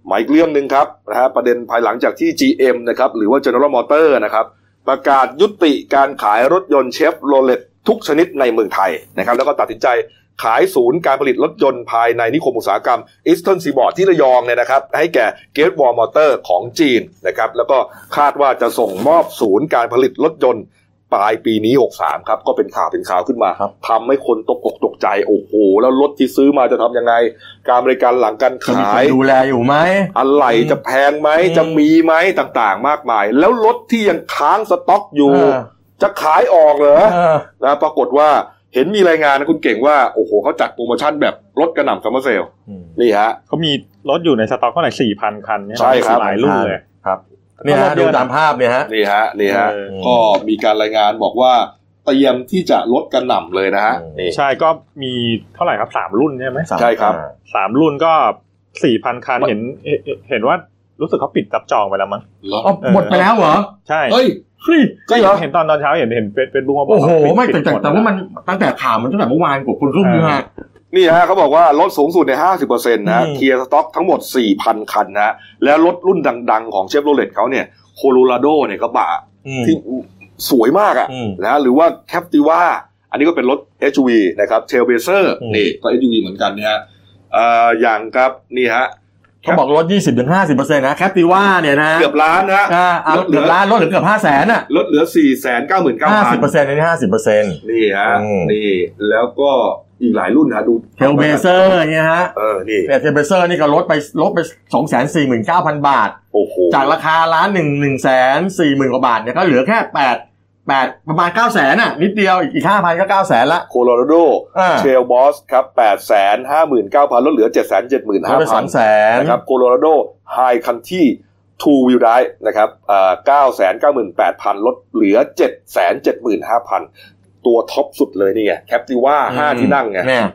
A: หมายเรื่องหนึ่งครับนะฮะประเด็นภายหลังจากที่ GM นะครับ หรือว่า General Motor นะครับ ประกาศยุติการขายรถยนต์เชฟโรเลตทุกชนิดในเมืองไทยนะครับ แล้วก็ตัดสินใจขายศูนย์การผลิตรถยนต์ภายในนิคมอุตสาหกรรม Eastern Seaboard ที่ระยองเนี่ยนะครับ ให้แก่ Great Wall Motor ของจีนนะครับ แล้วก็คาดว่าจะส่งมอบศูนย์การผลิตรถยนต์ปลายปีนี้ 63 ครับ ก็เป็นข่าวเป็นข่าวขึ้นมา
B: ครับ
A: ทำให้คนตกอกตกใจโอ้โหแล้วรถที่ซื้อมาจะทำยังไง การบริการหลังการ
B: จะมี
A: ขา
B: คน
A: ย
B: ดูแลอยู่ไหม
A: อะไรจะแพงไหม
D: อืม
A: จะมีไหมต่างๆ มากมาย แล้วรถที่ยังค้างสต็อกอยู่
B: เออ
A: จะขายออกเหรอ
B: เออ
A: นะปรากฏว่าเห็นมีรายงานนะคุณเก่งว่า โอ้โหเขาจัดโปรโมชั่นแบบรถกระหน่ำซัมเมอร์เซลนี่ฮะ
D: เขามีรถอยู่ในสต็อกเท่าไหร่สี่พันคันเนี่ย
A: ใช่ครับ
D: หลายรุ่นเลย
B: ครับเนี่ยฮะดูตามภาพเนี่ยฮะ
A: นี่ฮะนี่ฮะ
D: เออ
A: ก็มีการรายงานบอกว่าเตรียมที่จะลดกระหน่ำเลยนะฮะ
B: อืม
A: นี่
D: ใช่ก็มีเท่าไหร่ครับสามรุ่นใช่ไหม
A: ใช่ครับ
B: อ่า
D: สามรุ่นก็สี่พันคันเห็นเอ่อเห็นว่ารู้สึกเขาปิดจับจองไปแล้วมั้ง
A: เหรอ
B: อ๋อหมดไปแล้วเหรอ
D: ใช่
B: เอ้ยเฮ้ย
D: ก็เหรอเห็นตอนตอนเช้าเห็นเห็นเป็นเป็นบุ้งว่าบก
B: โอ้โห
D: ปิด
B: ไม่
D: ปิด
B: แต่แต่
D: หด
B: แต่ว่ามัน
D: แล้
B: ตั้งแต่ข่าวมันตั้งแต่เมื่อวานกับคุณรุ่งเรือง
A: นี่ฮะเขาบอกว่าลดสูงสุดใน 50%นะฮะ
D: อืม
A: เคลียร์สต็อกทั้งหมด 4,000 คันนะฮะแล้วรถรุ่นดังๆ ของเชฟโรเลตเขาเนี่ยโคโลราโดเนี่ยกระบะ
D: อืม
A: ที่สวยมากอะ
D: อืม
A: นะหรือว่าแคปติว่าอันนี้ก็เป็นรถ SUV นะครับเทลเบเซอร์
D: อืม
A: นี่ก็ SUV เหมือนกันเนี่ยฮะเอ่ออย่างครับนี่ฮะ
B: เขาบอกลด 20-50%นะ แคปติว่าเนี่ยนะ
A: เกือบล้านนะฮะ
B: อ่าอ่า
A: ลดเหลื
B: เกื
A: อ
B: อบล้านลดเหลือเกือบ5แสนอ่ะ
A: ลดเหลือ 4 9 9 0 0 0
B: 50%ในนี้50%
A: นี่ฮะ
B: อืม
A: นี่แล้วก็อีกหลายรุ่นนะดู
B: เทลเบเซอร์เนี่ยฮะ
A: เออนี่
B: เนี่ยเทลเบเซอร์นี่ก็ลดไปลดไป 249,000 บาท
A: โอ้โห
B: จากราคาล้านหนึ่งหนึ่งแสนสี่หมื่นกว่าบาทเนี่ยก็เหลือแค่แปดแปดประมาณเก้าแสนอ่ะ นิดเดียวอีกห้าพันก็เก้าแสนละ
A: โคโลราโด
B: อ่า
A: เชลบอสครับ8 5 9 0 0 0ลดเหลือ 7 7 5 0 0
B: ลดไปสอง
A: 0
B: แสน
A: นะครับโคโลราโดไฮคันที่ทูวิลได้นะครับเก้าแสนเก้าหมื่นแปดพันลดเหลือเจ็ดแสนเจ็ดหมื่นห้าพันตัวท็อปสุดเลยนี่ไงแคปติว่าห้าที่นั่งไง
B: เนี่ย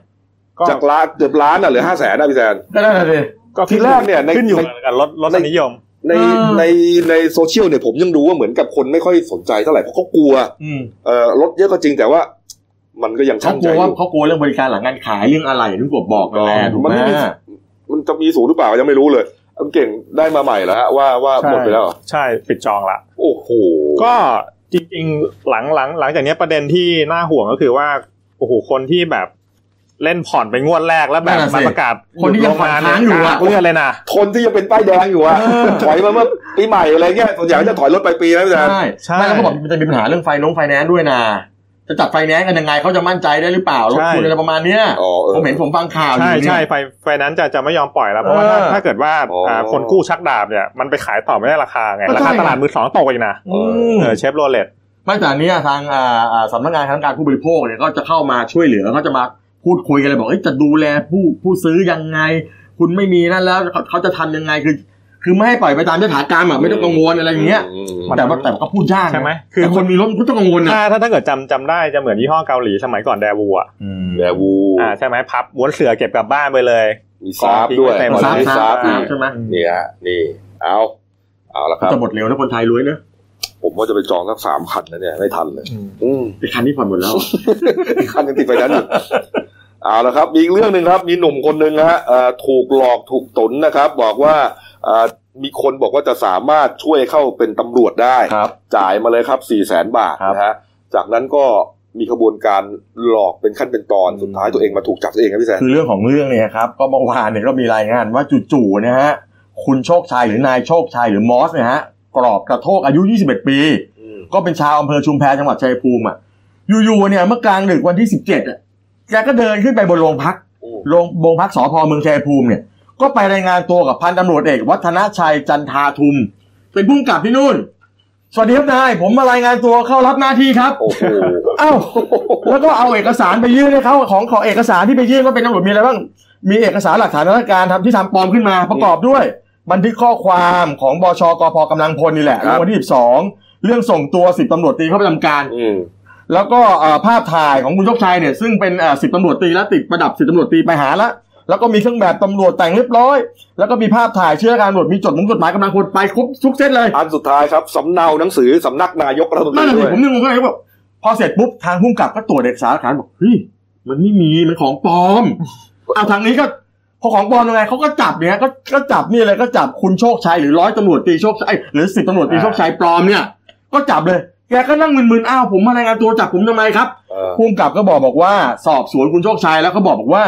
D: ก็
A: จากล้านเกือบล้านน่ะเหลือห้าแสนนะพี่แซน
B: ก็ได้เลย
D: ก็
A: ทีแรกเนี่ยใน
D: ขึ้นอยู่กับรถรถนิยม
A: ใน
B: อ่า
A: ในในโซเชียลเนี่ยผมยังดูว่าเหมือนกับคนไม่ค่อยสนใจเท่าไหร่เพราะเขากลัว
B: อืม
A: เอ่อรถเยอะก็จริงแต่ว่า มันก็ยัง
B: เขา
A: ช่าง
B: ก
A: ใจ
B: ลัว
A: อ
B: ว่า
A: ยู่
B: เขากลัวเรื่องบริการหลังการขายเรื่องอะไรอย่างที่ผมบอกกันแหละถูก
A: มัน
B: ไหม
A: ไม่มี มันจะมีศูนย์หรือเปล่ายังไม่รู้เลยอันเก่งได้มาใหม่แล้วฮะว่าว่า
D: ใช่
A: หมดไปแล้วเหรอ
D: ใช่ปิดจองละ
A: โอ้โห
D: ก็จริงๆหลังหลังหลังจากเนี้ยประเด็นที่น่าห่วงก็คือว่าโอ้โหคนที่แบบเล่นผ่อนไปงวดแรกแล้วแบบ
B: นั่นน่ะสิ
D: มาประกาศ
B: คนที่ยังผ่อนค้างอยู่อะ
D: เลื่อนเลยนะ
A: คนที่ยังเป็นป้ายแดงอยู่อะ
B: เออ
A: ถอยมาเมื่อปีใหม่อะไรเงี้ยส่วนใหญ่ก็จะถอยรถไปปีนะพี่แซน
B: ใช่
D: ใช่
B: ใช่แล้วเขาบอกมันจะมีปัญหาเรื่องไฟน้องไฟแนนซ์ด้วยนะจะจัดไฟแนนซ์กันยังไงเขาจะมั่นใจได้หรือเปล่ารถคุณอะไรประมาณเนี้ย
A: อ๋อเออ
B: ผมเห็นผมฟังข่าวอ
D: ใช่
B: ยู่เนี่
D: ใช่
B: ย
D: ไฟไฟนั้นซ์จะจะไม่ยอมปล่อยแล้วเพราะว่าถ้า
B: เออ
D: ถ้าเกิดว่า
A: อ๋ออ่
D: าคนกู้ชักดาบเนี่ยมันไปขายต่อไม่ได้ราคาไง
B: ก็ใช่
D: ราคา
B: ไง
D: ตลาดมือสองตกอีกนะ
B: อืม
D: เออเชฟโรเลต
B: ไม่แต่อันเนี้ยทางอ่าอ่าสำนักงานคณะกรรมการผู้บริโภคเนี่ยก็จะเข้ามาช่วยเหลือเขาจะมา พูดคุยกันเลยบอกเอ้ยจะดูแลผู้ผู้ซื้อยังไง คุณไม่มีนั่นแล้วเขาเขาจะทำยังไงคือ คือไม่ให้ปล่อยไปตามยถากรรมอ่ะไม่ต้องกังวลอะไรอย่างเงี้ย
A: ม
B: แต่ว่าแต่ก็พูดยากนะ
D: ใช่ไหมคื
B: คือ อคนมีรถมันก็ต้องกังวลอ่ะ
D: ถ้าถ้าถ้าเกิดจำจำได้จะเหมือนยี่ห้อเกาหลีสมัยก่อนแดวูอ่ะ
A: แดวู
D: อ่าใช่ไหมพับม้วนเสือเก็บกลับบ้านไปเลย
A: มีซาบด้วย
D: กอง
A: ตอน
B: สาม
D: ทิ้งไว้เต็ม
A: นี้
B: สา
A: ซาม บ
B: สา
A: อี
B: ม
A: ก
B: ใช่ไหม
A: นี่ฮะนี่เอาเอาละครับ
B: จะหมดเร็วนะคนไทยรวยเนอะ
A: ผมว่าจะไปจองสักสามคันนะเนี่ยไม่ทันเลยอืม
B: แต่คันนี้ผ่อนหมดแล้ว
A: อีกคันยังติดไฟแนนซ์อยู่ เอาละครับมีอีกเรื่องหนึ่งครับ มีหนุ่มคนหนึ่งนะฮะเอ่อถูกหลอกถูกตนนะครับ บอกว่าเอ่อมีคนบอกว่าจะสามารถช่วยเข้าเป็นตำรวจได้
B: ครับ
A: จ่ายมาเลยครับ4ี่แสนบาทนะฮะจากนั้นก็มีขบวนการหลอกเป็นขั้นเป็นตอนสุดท้ายตัวเองมาถูกจับซะเองครับพี่แซน
B: คือเรื่องของเรื่องเนี่ยครับก็เมื่อวานเนี่ยก็มีรายงานว่าจู่ๆนะฮะคุณโชคชัยหรือนายโชคชัยหรือมอสเนี่ยฮะกรอบกระโทกอายุ 21 ปี
A: ม
B: ก็เป็นชาวอำเภอชุมแพจังหวัดชัยภูมิอ่ะอยู่ๆเนี่ยเมื่อกลางดึกวันที่ 17อ่ะแกก็เดินขึ้นไปบนโรงพัก
A: อืม
B: โรงโรงพักสพเมืองชัยภูมิเนี่ย ก็ไปรายงานตัวกับพันตำรวจเอกวัฒนชัยจันทาทุม เป็นผู้กำกับที่นู่น สวัสดีครับนายผมมารายงานตัวเข้ารับหน้าที่ครับ
A: โอ้โห
B: เอ้า แล้วก็เอาเอกสารไปยื่นให้เขาของของเอกสารที่ไปยื่นว่าเป็นตำรวจมีอะไรบ้าง มีเอกสารหลักฐานราชการทำที่ทำปลอมขึ้นมาประกอบด้วย บันทึกข้อความของบชกพกำลังพลนี่แหละ
A: ครับ
B: วันที่12เรื่องส่งตัวสิบตำรวจตรีเข้าประจำการ
A: อืม
B: แล้วก็เอ่อภาพถ่ายของคุณโชคชัยเนี่ยซึ่งเป็นสิบตำรวจตรีและติดประดับสิบตำรวจตรีไปหาละแล้วก็มีเครื่องแบบตำรวจแต่งเรียบร้อย แล้วก็มีภาพถ่ายเชื่อการตำรวจมีจดหมุงจดหมายกำลังพลไปครบทุกเส้นเลย
A: อันสุดท้ายครับสำเนาหนังสือสำนักนายกรัฐมนต
B: นั่น
A: รี
B: แหละสิ
A: ด้วย
B: ผมยังงงเลยว่าพอเสร็จปุ๊บทางผู้กำกับก็ตรวจเอกสารหลักฐานบอกเฮ้ยมันไม่มีมันของปลอ ม เอาทางนี้ก็พอของปลอมยังไงเขาก็จับเนี่ยก็ก็จับนี่เลยก็จับคุณโชคชัยหรือร้อยตำรวจตรีโชคชัยหรือสิบตำรวจตรีโชคชัยปลอมเนี่ย ก็จับเลยแกก็นั่งมึนๆอ้าวผมมารายงานตัวจับผมทำไมครับ
A: เออ
B: ภูมิกับก็บอกบอกว่าสอบสวนคุณโชคชัยแล้วก็บอกบอกว่า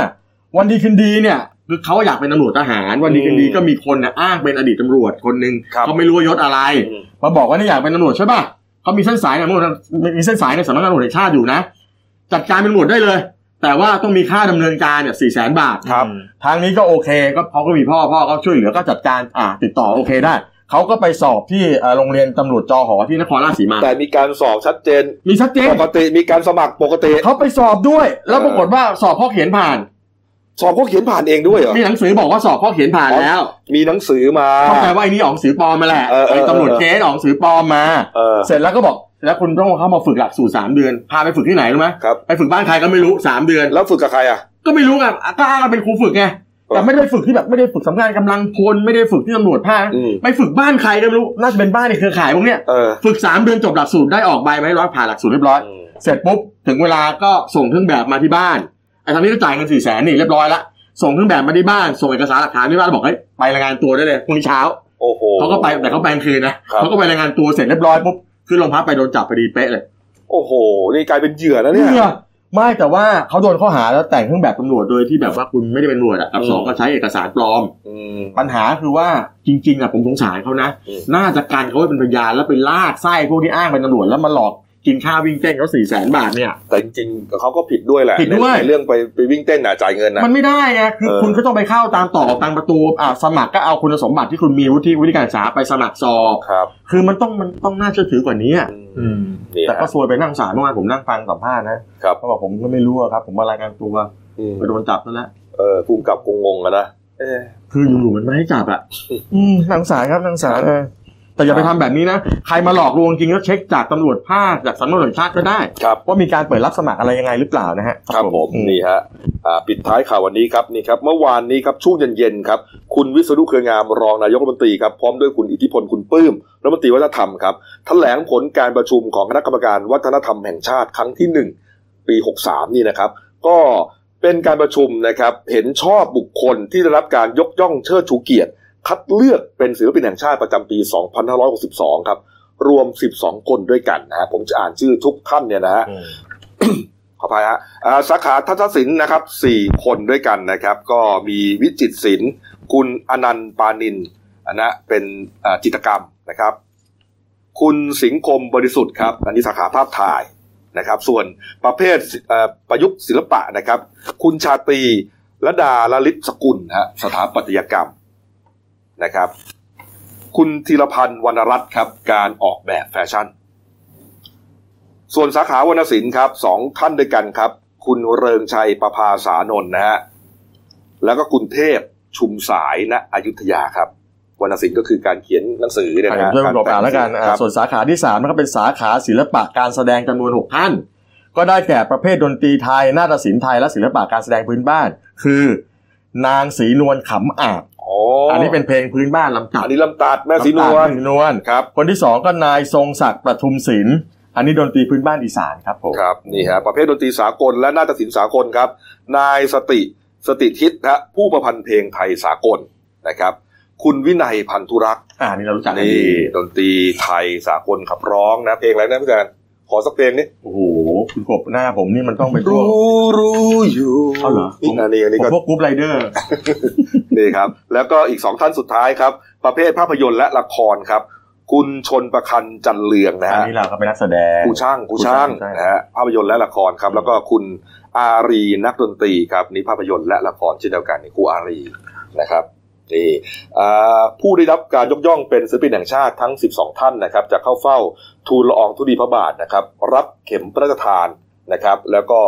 B: วันดีคืนดีเนี่ยคือเขาอยากเป็นตำรวจทหาร วันดีคืนดีก็มีคนนะอ้างเป็นอดีตตำรวจคนหนึ่งเขาไม่รู้ว่ายศอะไร
A: อืม
B: มาบอกว่าเนี่ยอยากเป็นตำรวจใช่ป่ะเขามีเส้นสายในตำรวจมีเส้นสายในสำนักงานตำรวจแห่งชาติอยู่นะ จัดการเป็นตำรวจได้เลย แต่ว่าต้องมีค่าดำเนินการเนี่ยสี่แสนบาท
D: ครับ
B: ทางนี้ก็โอเคก็เขาก็มีพ่อพ่อก็ช่วยเหลือก็จัดการอ่าติดต่อโอเคได้เขาก็ไปสอบที่เอ่อโรงเรียนตำรวจจอหอที่นครราชสีมา
A: แต่มีการสอบชัดเจน
B: มีชัดเจน
A: ปกติมีการสมัครปกติ
B: เขาไปสอบด้วย แล้วปรากฏว่าสอบข้อเขียนผ่าน
A: สอบเขาเขียนผ่านเองด้วยเหรอ
B: มีหนังสือบอกว่าสอบข้อเขียนผ่านแล้ว
A: มีหนังสือมา
B: เข้าใจว่าไอ้นี่ออกหนังสือปลอมมาแหละ
A: เออเออ
B: ไอ้ตำรวจเก๊ออกหนังสือปลอมมา
A: เออ
B: เสร็จแล้วก็บอกแล้วคุณต้องเข้ามาฝึกหลักสูตรสามเดือน พาไปฝึกที่ไหนรู้ไหม
A: ครับ
B: ไปฝึกบ้านใครก็ไม่รู้สามเดือน
A: แล้วฝึกกับใครอ่ะ
B: ก็ไม่รู้ไงอ่ะก็อ้างว่าเป็นครูฝึกไงแต่ไม่ได้ฝึกที่แบบไม่ได้ฝึกสำนักงานกำลังพลไม่ได้ฝึกที่ตำรวจภาค
A: อืม
B: ไปฝึกบ้านใครก็ไม่รู้น่าจะเป็นบ้านในเครือข่ายพวกเนี้ย
A: เออ
B: ฝึกสามเดือนจบหลักสูตรได้ออกใบไหมร้อยผ่านหลักสูตรเรียบร้อยเสร็จปุ๊บถึงเวลาก็ส่งเครื่องแบบมาที่บ้านไอ้ทางนี้ก็จ่ายเงินสี่แสนนี่เรียบร้อยละส่งเครื่องแบบมาที่บ้านส่งเอกสารหลักฐานที่บ้านแล้วบอกเฮ้ยไปรายงานตัวได้เลยพรุ่งนี้เช้า
A: โอ้โห
B: เขาก็ไปแต่เขาไปกลางคืนนะครับ เขาก็ไปรายงานตัวเสร็จเรียบร้อยปุ๊บขึ้นโรงพักไปโดนจับพอดีเป๊ะเลย
A: โอ้โห นี่กลายเป็นเหยื่อนะเนี่ย
B: เพื่อไม่แต่ว่าเขาโดนข้อหาแล้วแต่งเครื่องแบบตำรวจโดยที่แบบว่าคุณไม่ได้เป็นตำรวจอ่ะกับสอง
A: อืม
B: ก็ใช้เอกสารปลอม
A: อืม
B: ปัญหาคือว่าจริงๆอ่ะผมสงสารเขานะ
A: อืม
B: น่าจะการเขาไว้เป็นพยานแล้วไปลากไส้พวกที่อ้างเป็นตำรวจแล้วมาหลอกกินข้าววิ่งเต้นเขาสี่แสนบาทเนี่ย
A: แต่จริงๆเขาก็ผิดด้วยแหละ
B: ผิดด้วย
A: ในในเรื่องไปไปวิ่งเต้นน่ะจ่ายเงินนะ
B: มันไม่ได้ไงคือ
A: เออ
B: คุณก็ต้องไปเข้าตามต่อตามประตูอ่าสมัครก็เอาคุณสมบัติที่คุณมีวุฒิวุฒิการศึกษาไปสมัครสอบ
A: ครับ
B: คือมันต้องมันต้องน่าเชื่อถือกว่านี้อะ
D: อืม
A: นี่
B: แต่ก็
A: ฮะ
B: ซวยไปนั่งศาลเมื่อวานผมนั่งฟังสัมภาษณ์นะครับ เขาบอกผมก็ไม่รู้อะครับ ผมมารายงานตัว
A: อืม
B: ไปโดนจับนั่นแหละ
A: เออภูมิกับคงงงอะนะเอ๊ะ
B: คืออยู่ๆมันไม่ให้จับอ่ะ อืมนางสารครับนางสารเออแต่อย่าไปทำแบบนี้นะ ใครมาหลอกลวงจริงก็เช็คจากตำรวจภาคจากสำนักงานตำรวจแห่งชาติก็ได้
A: ครับ
B: ว่ามีการเปิดรับสมัครอะไรยังไงหรือเปล่านะฮะ
A: ครับผมนี่ฮะอ่าปิดท้ายข่าววันนี้ครับนี่ครับ เมื่อวานนี้ครับช่วงเย็นๆครับ คุณวิศนุเครืองามรองนายกรัฐมนตรีครับพร้อมด้วยคุณอิทธิพลคุณปลื้มรัฐมนตรีวัฒนธรรมครับแถลงผลการประชุมของคณะกรรมการวัฒนธรรมแห่งชาติครั้งที่หนึ่ง ปี 63 นี่นะครับ ก็เป็นการประชุมนะครับ เห็นชอบบุคคลที่ได้รับการยกย่องเชิดชูเกียรติ คัดเลือกเป็นศิลปินแห่งชาติประจำปี 2562 ครับ รวม 12 คนด้วยกันนะฮะผมจะอ่านชื่อทุกท่านเนี่ยนะฮะ ขออภัยฮะอ่าสาขาทัศนศิลป์นะครับสี่คนด้วยกันนะครับ ก็มีวิจิตรศิลป์คุณอนันต์ปานินอันนะเป็นอ่าจิตรกรรมนะครับ คุณสิงคมบริสุทธิ์ครับ อันนี้สาขาภาพถ่ายนะครับ ส่วนประเภทเอ่อประยุกต์ศิลปะนะครับ คุณชาตรีระดาละลิศสกุลฮะสถาปัตยกรรมนะครับ คุณธีรพันธ์วรรณรัตน์ครับ การออกแบบแฟชั่น ส่วนสาขาวรรณศิลป์ครับสองท่านด้วยกันครับ คุณเริงชัยประภาสานนท์นะฮะแล้วก็คุณเทพชุมสายณอยุธยาครับวรรณศิลป์ก็คือการเขียนหนังสือเนี่ยนะฮะ
B: ช่วยประกอบอ่านแล้วกัน
A: ค
B: อ่า
A: รับ
B: ส่วนสาขาที่3นะครับเป็นสาขาศิลปะการแสดงจำนวน 6 ท่าน ก็ได้แก่ประเภทดนตรีไทย นาฏศิลป์ไทยและศิลปะการแสดงพื้นบ้าน คือ นางศรีนวลขำอาบอันนี้เป็นเพลงพื้นบ้านลำตัด
A: อันนี้ลำตัดแม่สีนวล
B: ลำตัดศรีนวล
A: ครับ
B: คนที่ 2 ก็นายทรงศักดิ์ประทุมศิลป์อันนี้ดนตรีพื้นบ้านอีสานครับผม
A: ครับนี่ฮะประเภทดนตรีสากลและนาฏศิลป์สากลครับ นายสติสติทิศนะฮะผู้ประพันธ์เพลงไทยสากลนะครับ คุณวินัยพันธุรักษ์
B: อ่านี่เรารู้จักกัน
A: นี่
B: ดี
A: ดนตรีไทยสากลขับร้องนะเพลงอะไรนะพี่แดนขอสักเพลงนี้
B: โอ้โหคุณกบหน้าผมนี่มันต้องเป็นพวก
A: รู้รู้อยู่
B: เอาเหรอ
A: นี่อันนี้อันนี้
B: ผม
A: ก็
B: พวกกรุ๊ปไรเดอร์
A: นี่ครับแล้วก็อีกสองท่านสุดท้ายครับ ประเภทภาพยนตร์และละครครับ คุณชนประคันจันเลืองนะ
B: อัน
A: ฮะ
B: นี้เราก็เป็นนักแสดง
A: ครูช่างครูช่าง
B: ครูช่าง
A: นะฮะภาพยนตร์และละครครับ แล้วก็คุณอารีนักดนตรีครับนี่ภาพยนตร์และละครเช่นเดียวกันนี่ครูอารีนะครับนี่อ่าผู้ได้รับการยกย่องเป็นศิลปินแห่งชาติทั้ง 12 ท่านนะครับ จะเข้าเฝ้าทูลละอองธุลีพระบาทนะครับ รับเข็มพระราชทานนะครับ แล้วก็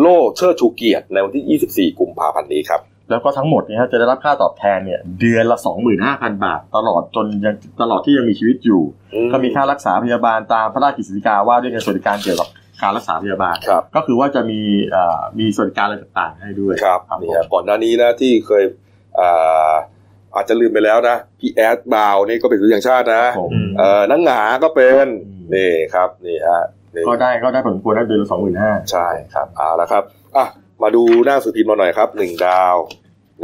A: โล่เชิดชูเกียรติในวันที่ 24 กุมภาพันธ์นี้ครับ
B: แล้วก็ทั้งหมดเนี่ยฮะจะได้รับค่าตอบแทนเนี่ยเดือนละ 25,000 บาท ตลอดจนยังตลอดที่ยังมีชีวิตอยู่ ก็มีค่ารักษาพยาบาลตามพระราชกฤษฎีกาว่าด้วยเงินสวัสดิการเกี่ยวกับการรักษาพยาบาล
A: ครับ
B: ก็คือว่าจะมีเอ่อมีสวัสดิการอะไรต่างๆให้ด้วย
A: ครับ
B: ครับ
A: นี่ครับก่อนหน้านี้นะที่เคยอ่าอาจจะลืมไปแล้วนะพี่แอดบาวนี่ก็เป็นศิลปินแห่งชาตินะ
B: ผม
D: อืม
A: เออนังหงาก็เป็น
B: อืม
A: นี่ครับนี่ฮะนี่
B: ก็ได้ก็ได้ผลควรได้เดือนละ25,000
A: ใช่ครับเอาละครับอ่ะมาดูหน้าสือพิมพ์เราหน่อยครับหนึ่งดาว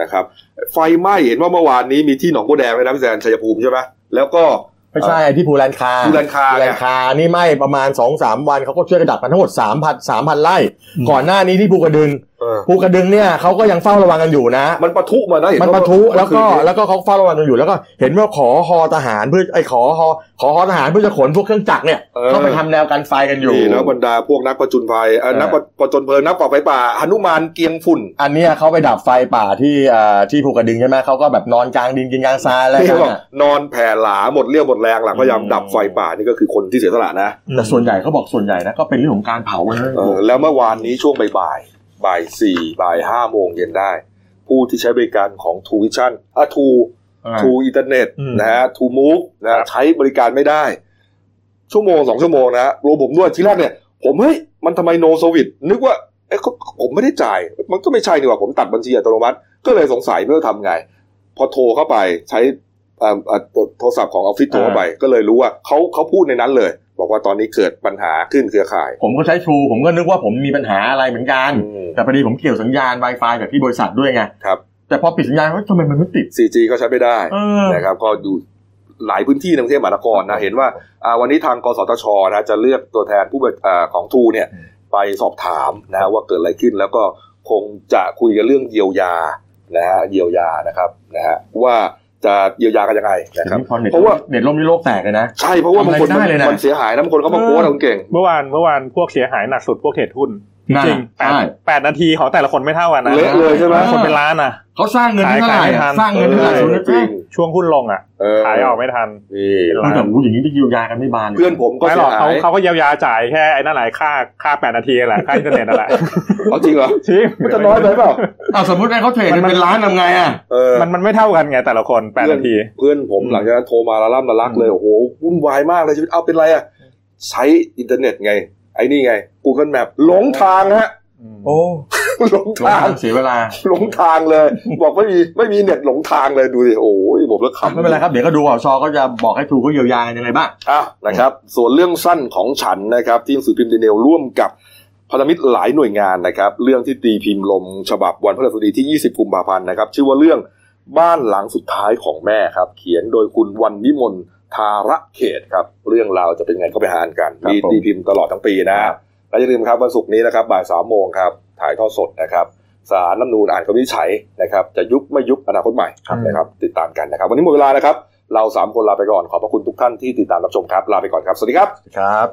A: นะครับ ไฟไหม้เห็นว่าเมื่อวานนี้มีที่หนองบัวแดงไว้นะพี่แซนชัยภูมิใช่ไหมแล้วก็
B: ไม่ใช่ไอ้ที่ภูแลนคา
A: ภูแลนคา
B: ภูแลนคานี่ไหมประมาณ 2-3 วันเขาก็ช่วยกระดับกันทั้งหมด3,000 3,000ไร่ก่อนหน้านี้ที่ภูกระดึง
A: เออ
B: ภูกระดึงเนี่ยเขาก็ยังเฝ้าระวังกันอยู่นะ
A: มันปะทุมานะเห็น
B: มันปะทุแล้วก็
A: เมื่อคืนนี้
B: แล้วก็เขาเฝ้าระวังกันอยู่แล้วก็เห็นว่าขอฮอทหารเพื่อไอ้ขอฮอขอฮอทหารเพื่อจะขนพวกเครื่องจักรเนี่ยเข้าไปทำแนวกันไฟกันอยู่
A: นี่แล้วบรรดาพวกนักประจุนไฟเอ่อ
B: เออ
A: นักประจนเพลิงนักก่อไฟป่าหนุมานเกียงฝุ่น
B: อันเนี้ยเขาไปดับไฟป่าที่เอ่อที่ภูกระดึงใช่ไหมเขาก็แบบนอนกลางดินกินกลางทรายอะไร
A: นี่
B: กั
A: เขา
B: น
A: บอก
B: น่ะ
A: นอนแผ่หลาหมดเรี่ยวหมดแรงหลังพยายาม
D: อืม
A: ดับไฟป่านี่ก็คือคนที่เสียสละนะ
B: แต่ส่วนใหญ่เขาบอกส่วนใหญ่นะก็เป็นเรื่องของการเผาเ
A: เออแล้วเมื่อวานนี้ช่วงบ่ายๆบ่ายสี่บ่ายห้าโมงเย็นได้ ผู้ที่ใช้บริการของทูวิชั่นอ่ะทูทูอินเทอร์เน็ต
D: อืม
A: นะฮะทูมูฟนะฮะใช้บริการไม่ได้ ชั่วโมงสองชั่วโมงนะฮะรวมผมด้วยทีแรกเนี่ย ผมเฮ้ยมันทำไมโนโซวิดนึกว่าเอ๊ะเขาผมไม่ได้จ่าย มันก็ไม่ใช่นี่หว่าผมตัดบัญชีอัตโนมัติ ก็เลยสงสัยไม่รู้ทำไง พอโทรเข้าไปใช้เอ่อเอ่อโทรศัพท์ของออฟฟิศโทรเข้าไป ก็เลยรู้ว่าเขาเขาพูดในนั้นเลย บอกว่าตอนนี้เกิดปัญหาขึ้นเครือข่าย
B: ผมก็ใช้ทรูผมก็นึกว่าผมมีปัญหาอะไรเหมือนกัน
A: อืม
B: แต่พอดีผมเกี่ยวสัญญาณ Wi-Fi กับที่บริษัทด้วยไง
A: ครับ
B: แต่พอปิดสัญญาณเฮ้ยทำไมมันไม่ติด
A: 4G ก็ใช้ไม่ได้
B: เออ
A: นะครับก็อยู่หลายพื้นที่ในกรุงเทพมหานครนะเห็นว่าอ่าวันนี้ทางกสทชนะจะเลือกตัวแทนผู้บริอ่าของทูเนี่ยไปสอบถามนะฮะว่าเกิดอะไรขึ้นแล้วก็คงจะคุยกันเรื่องเยียวยานะฮะเยียวยานะครับนะฮะว่าจะเยียวยากันยังไงนะครับ
B: เดี๋ยวนี้พอเน็ต
A: เพราะว่า
B: เน็ตล่มนี่โลกแตกเลยนะ
A: ใช่เพราะว่าบางคน
B: ทำอะไรไม่ได้เลยนะ
A: มันเสียหายนะบางคนเขามาโพสต์
B: เออ
A: เอาเก่ง
D: เมื่อวานเมื่อวานพวกเสียหายหนักสุดพวกเทรดหุ้น
B: น่ะ
D: จริงแปด
B: ใช่
D: แปดนาทีของแต่ละคนไม่เท่ากันนะ
A: เละเลยใช่ไหม
D: คนเป็นล้านนะ
B: เขาสร้างเงินเท่าไหร่
D: ขายขาย
B: อะ
D: ไม่ทัน
B: สร้างเงินเท่าไหร่
A: ออ
B: ศูนย์
A: จริ
B: แป๊
A: ง
B: ก
D: ช่วงหุ้นลงอ่ะ
A: เออ
D: ขายออกไม่ทัน
A: นี่
D: เอ
B: มันแบบอู้อย่างนี้จะเยียวยากันไม่บานลย
A: เพื่อนผมก็
D: ไม่หร
A: เสีย
D: อก
A: หาย
D: เขาเขาก็เยียวยาจ่ายแค่ไอ้นั่นแหละค่าค่าแปดนาทีแหละค่าอินเทอร์เน็ตนั่นแหละ
A: เอาจริงเหรอ
D: จริง
A: มันจะน้อยไปเปล่า
B: อ้าวสมมติไอ้เขาเทรด
D: มัน
B: เป็นล้านทำไงอ่ะ
A: เออ
D: มันมันไม่เท่ากันไงแต่ละคนแปดนาที
A: เพื่อนผม
D: อืม
A: หลังจากนั้นโทรมาละล่ำละลักเลย โอ้โหวุ่นวายมากเลยชีวิตเอาเป็นไรอ่ะ ใช้อินเทอร์เน็ตไง ไอ้นี่ไง Google Map หลงทางฮะ หลง
B: หลง
A: ทาง
B: ทางเสียเวลา
A: หลงทางเลย บอกไม่มีไม่มีเน็ตหลงทางเลยดูดิโอ้ยผมแล้วขำ
B: ไม่เป็นไรครับเดี๋ยวก็ดูอ่ะชอก็จะบอกให้ทูเขาเยียวยากันยังไงบ้าง
A: อ่ะนะครับ ส่วนเรื่องสั้นของฉันนะครับ ที่หนังสือพิมพ์เดเนลร่วมกับพันธมิตรหลายหน่วยงานนะครับ เรื่องที่ตีพิมพ์ลมฉบับวันพฤหัสบดีที่ 20 กุมภาพันธ์นะครับ ชื่อว่าเรื่องบ้านหลังสุดท้ายของแม่ครับ เขียนโดยคุณวันวิมลธาระเขตครับ เรื่องราวจะเป็นไงก็ไปหาอ่านกัน
B: ครับ
A: มี
B: ผม
A: ตีพิมพ์ตลอดทั้งปีนะและอย่าลืมครับวันศุกร์นี้นะครับบ่ายสามโมงครับถ่ายทอดสดนะครับสารรัฐธรรมนูญอ่านคำวินิจฉัยนะครับ จะยุบไม่ยุบอนาคตใหม่
D: ครับ
A: นะครับ ติดตามกันนะครับ วันนี้หมดเวลานะครับ เราสามคนลาไปก่อนขอบพระคุณทุกท่านที่ติดตามรับชมครับลาไปก่อนครับสวัสดีครับ
B: ครับ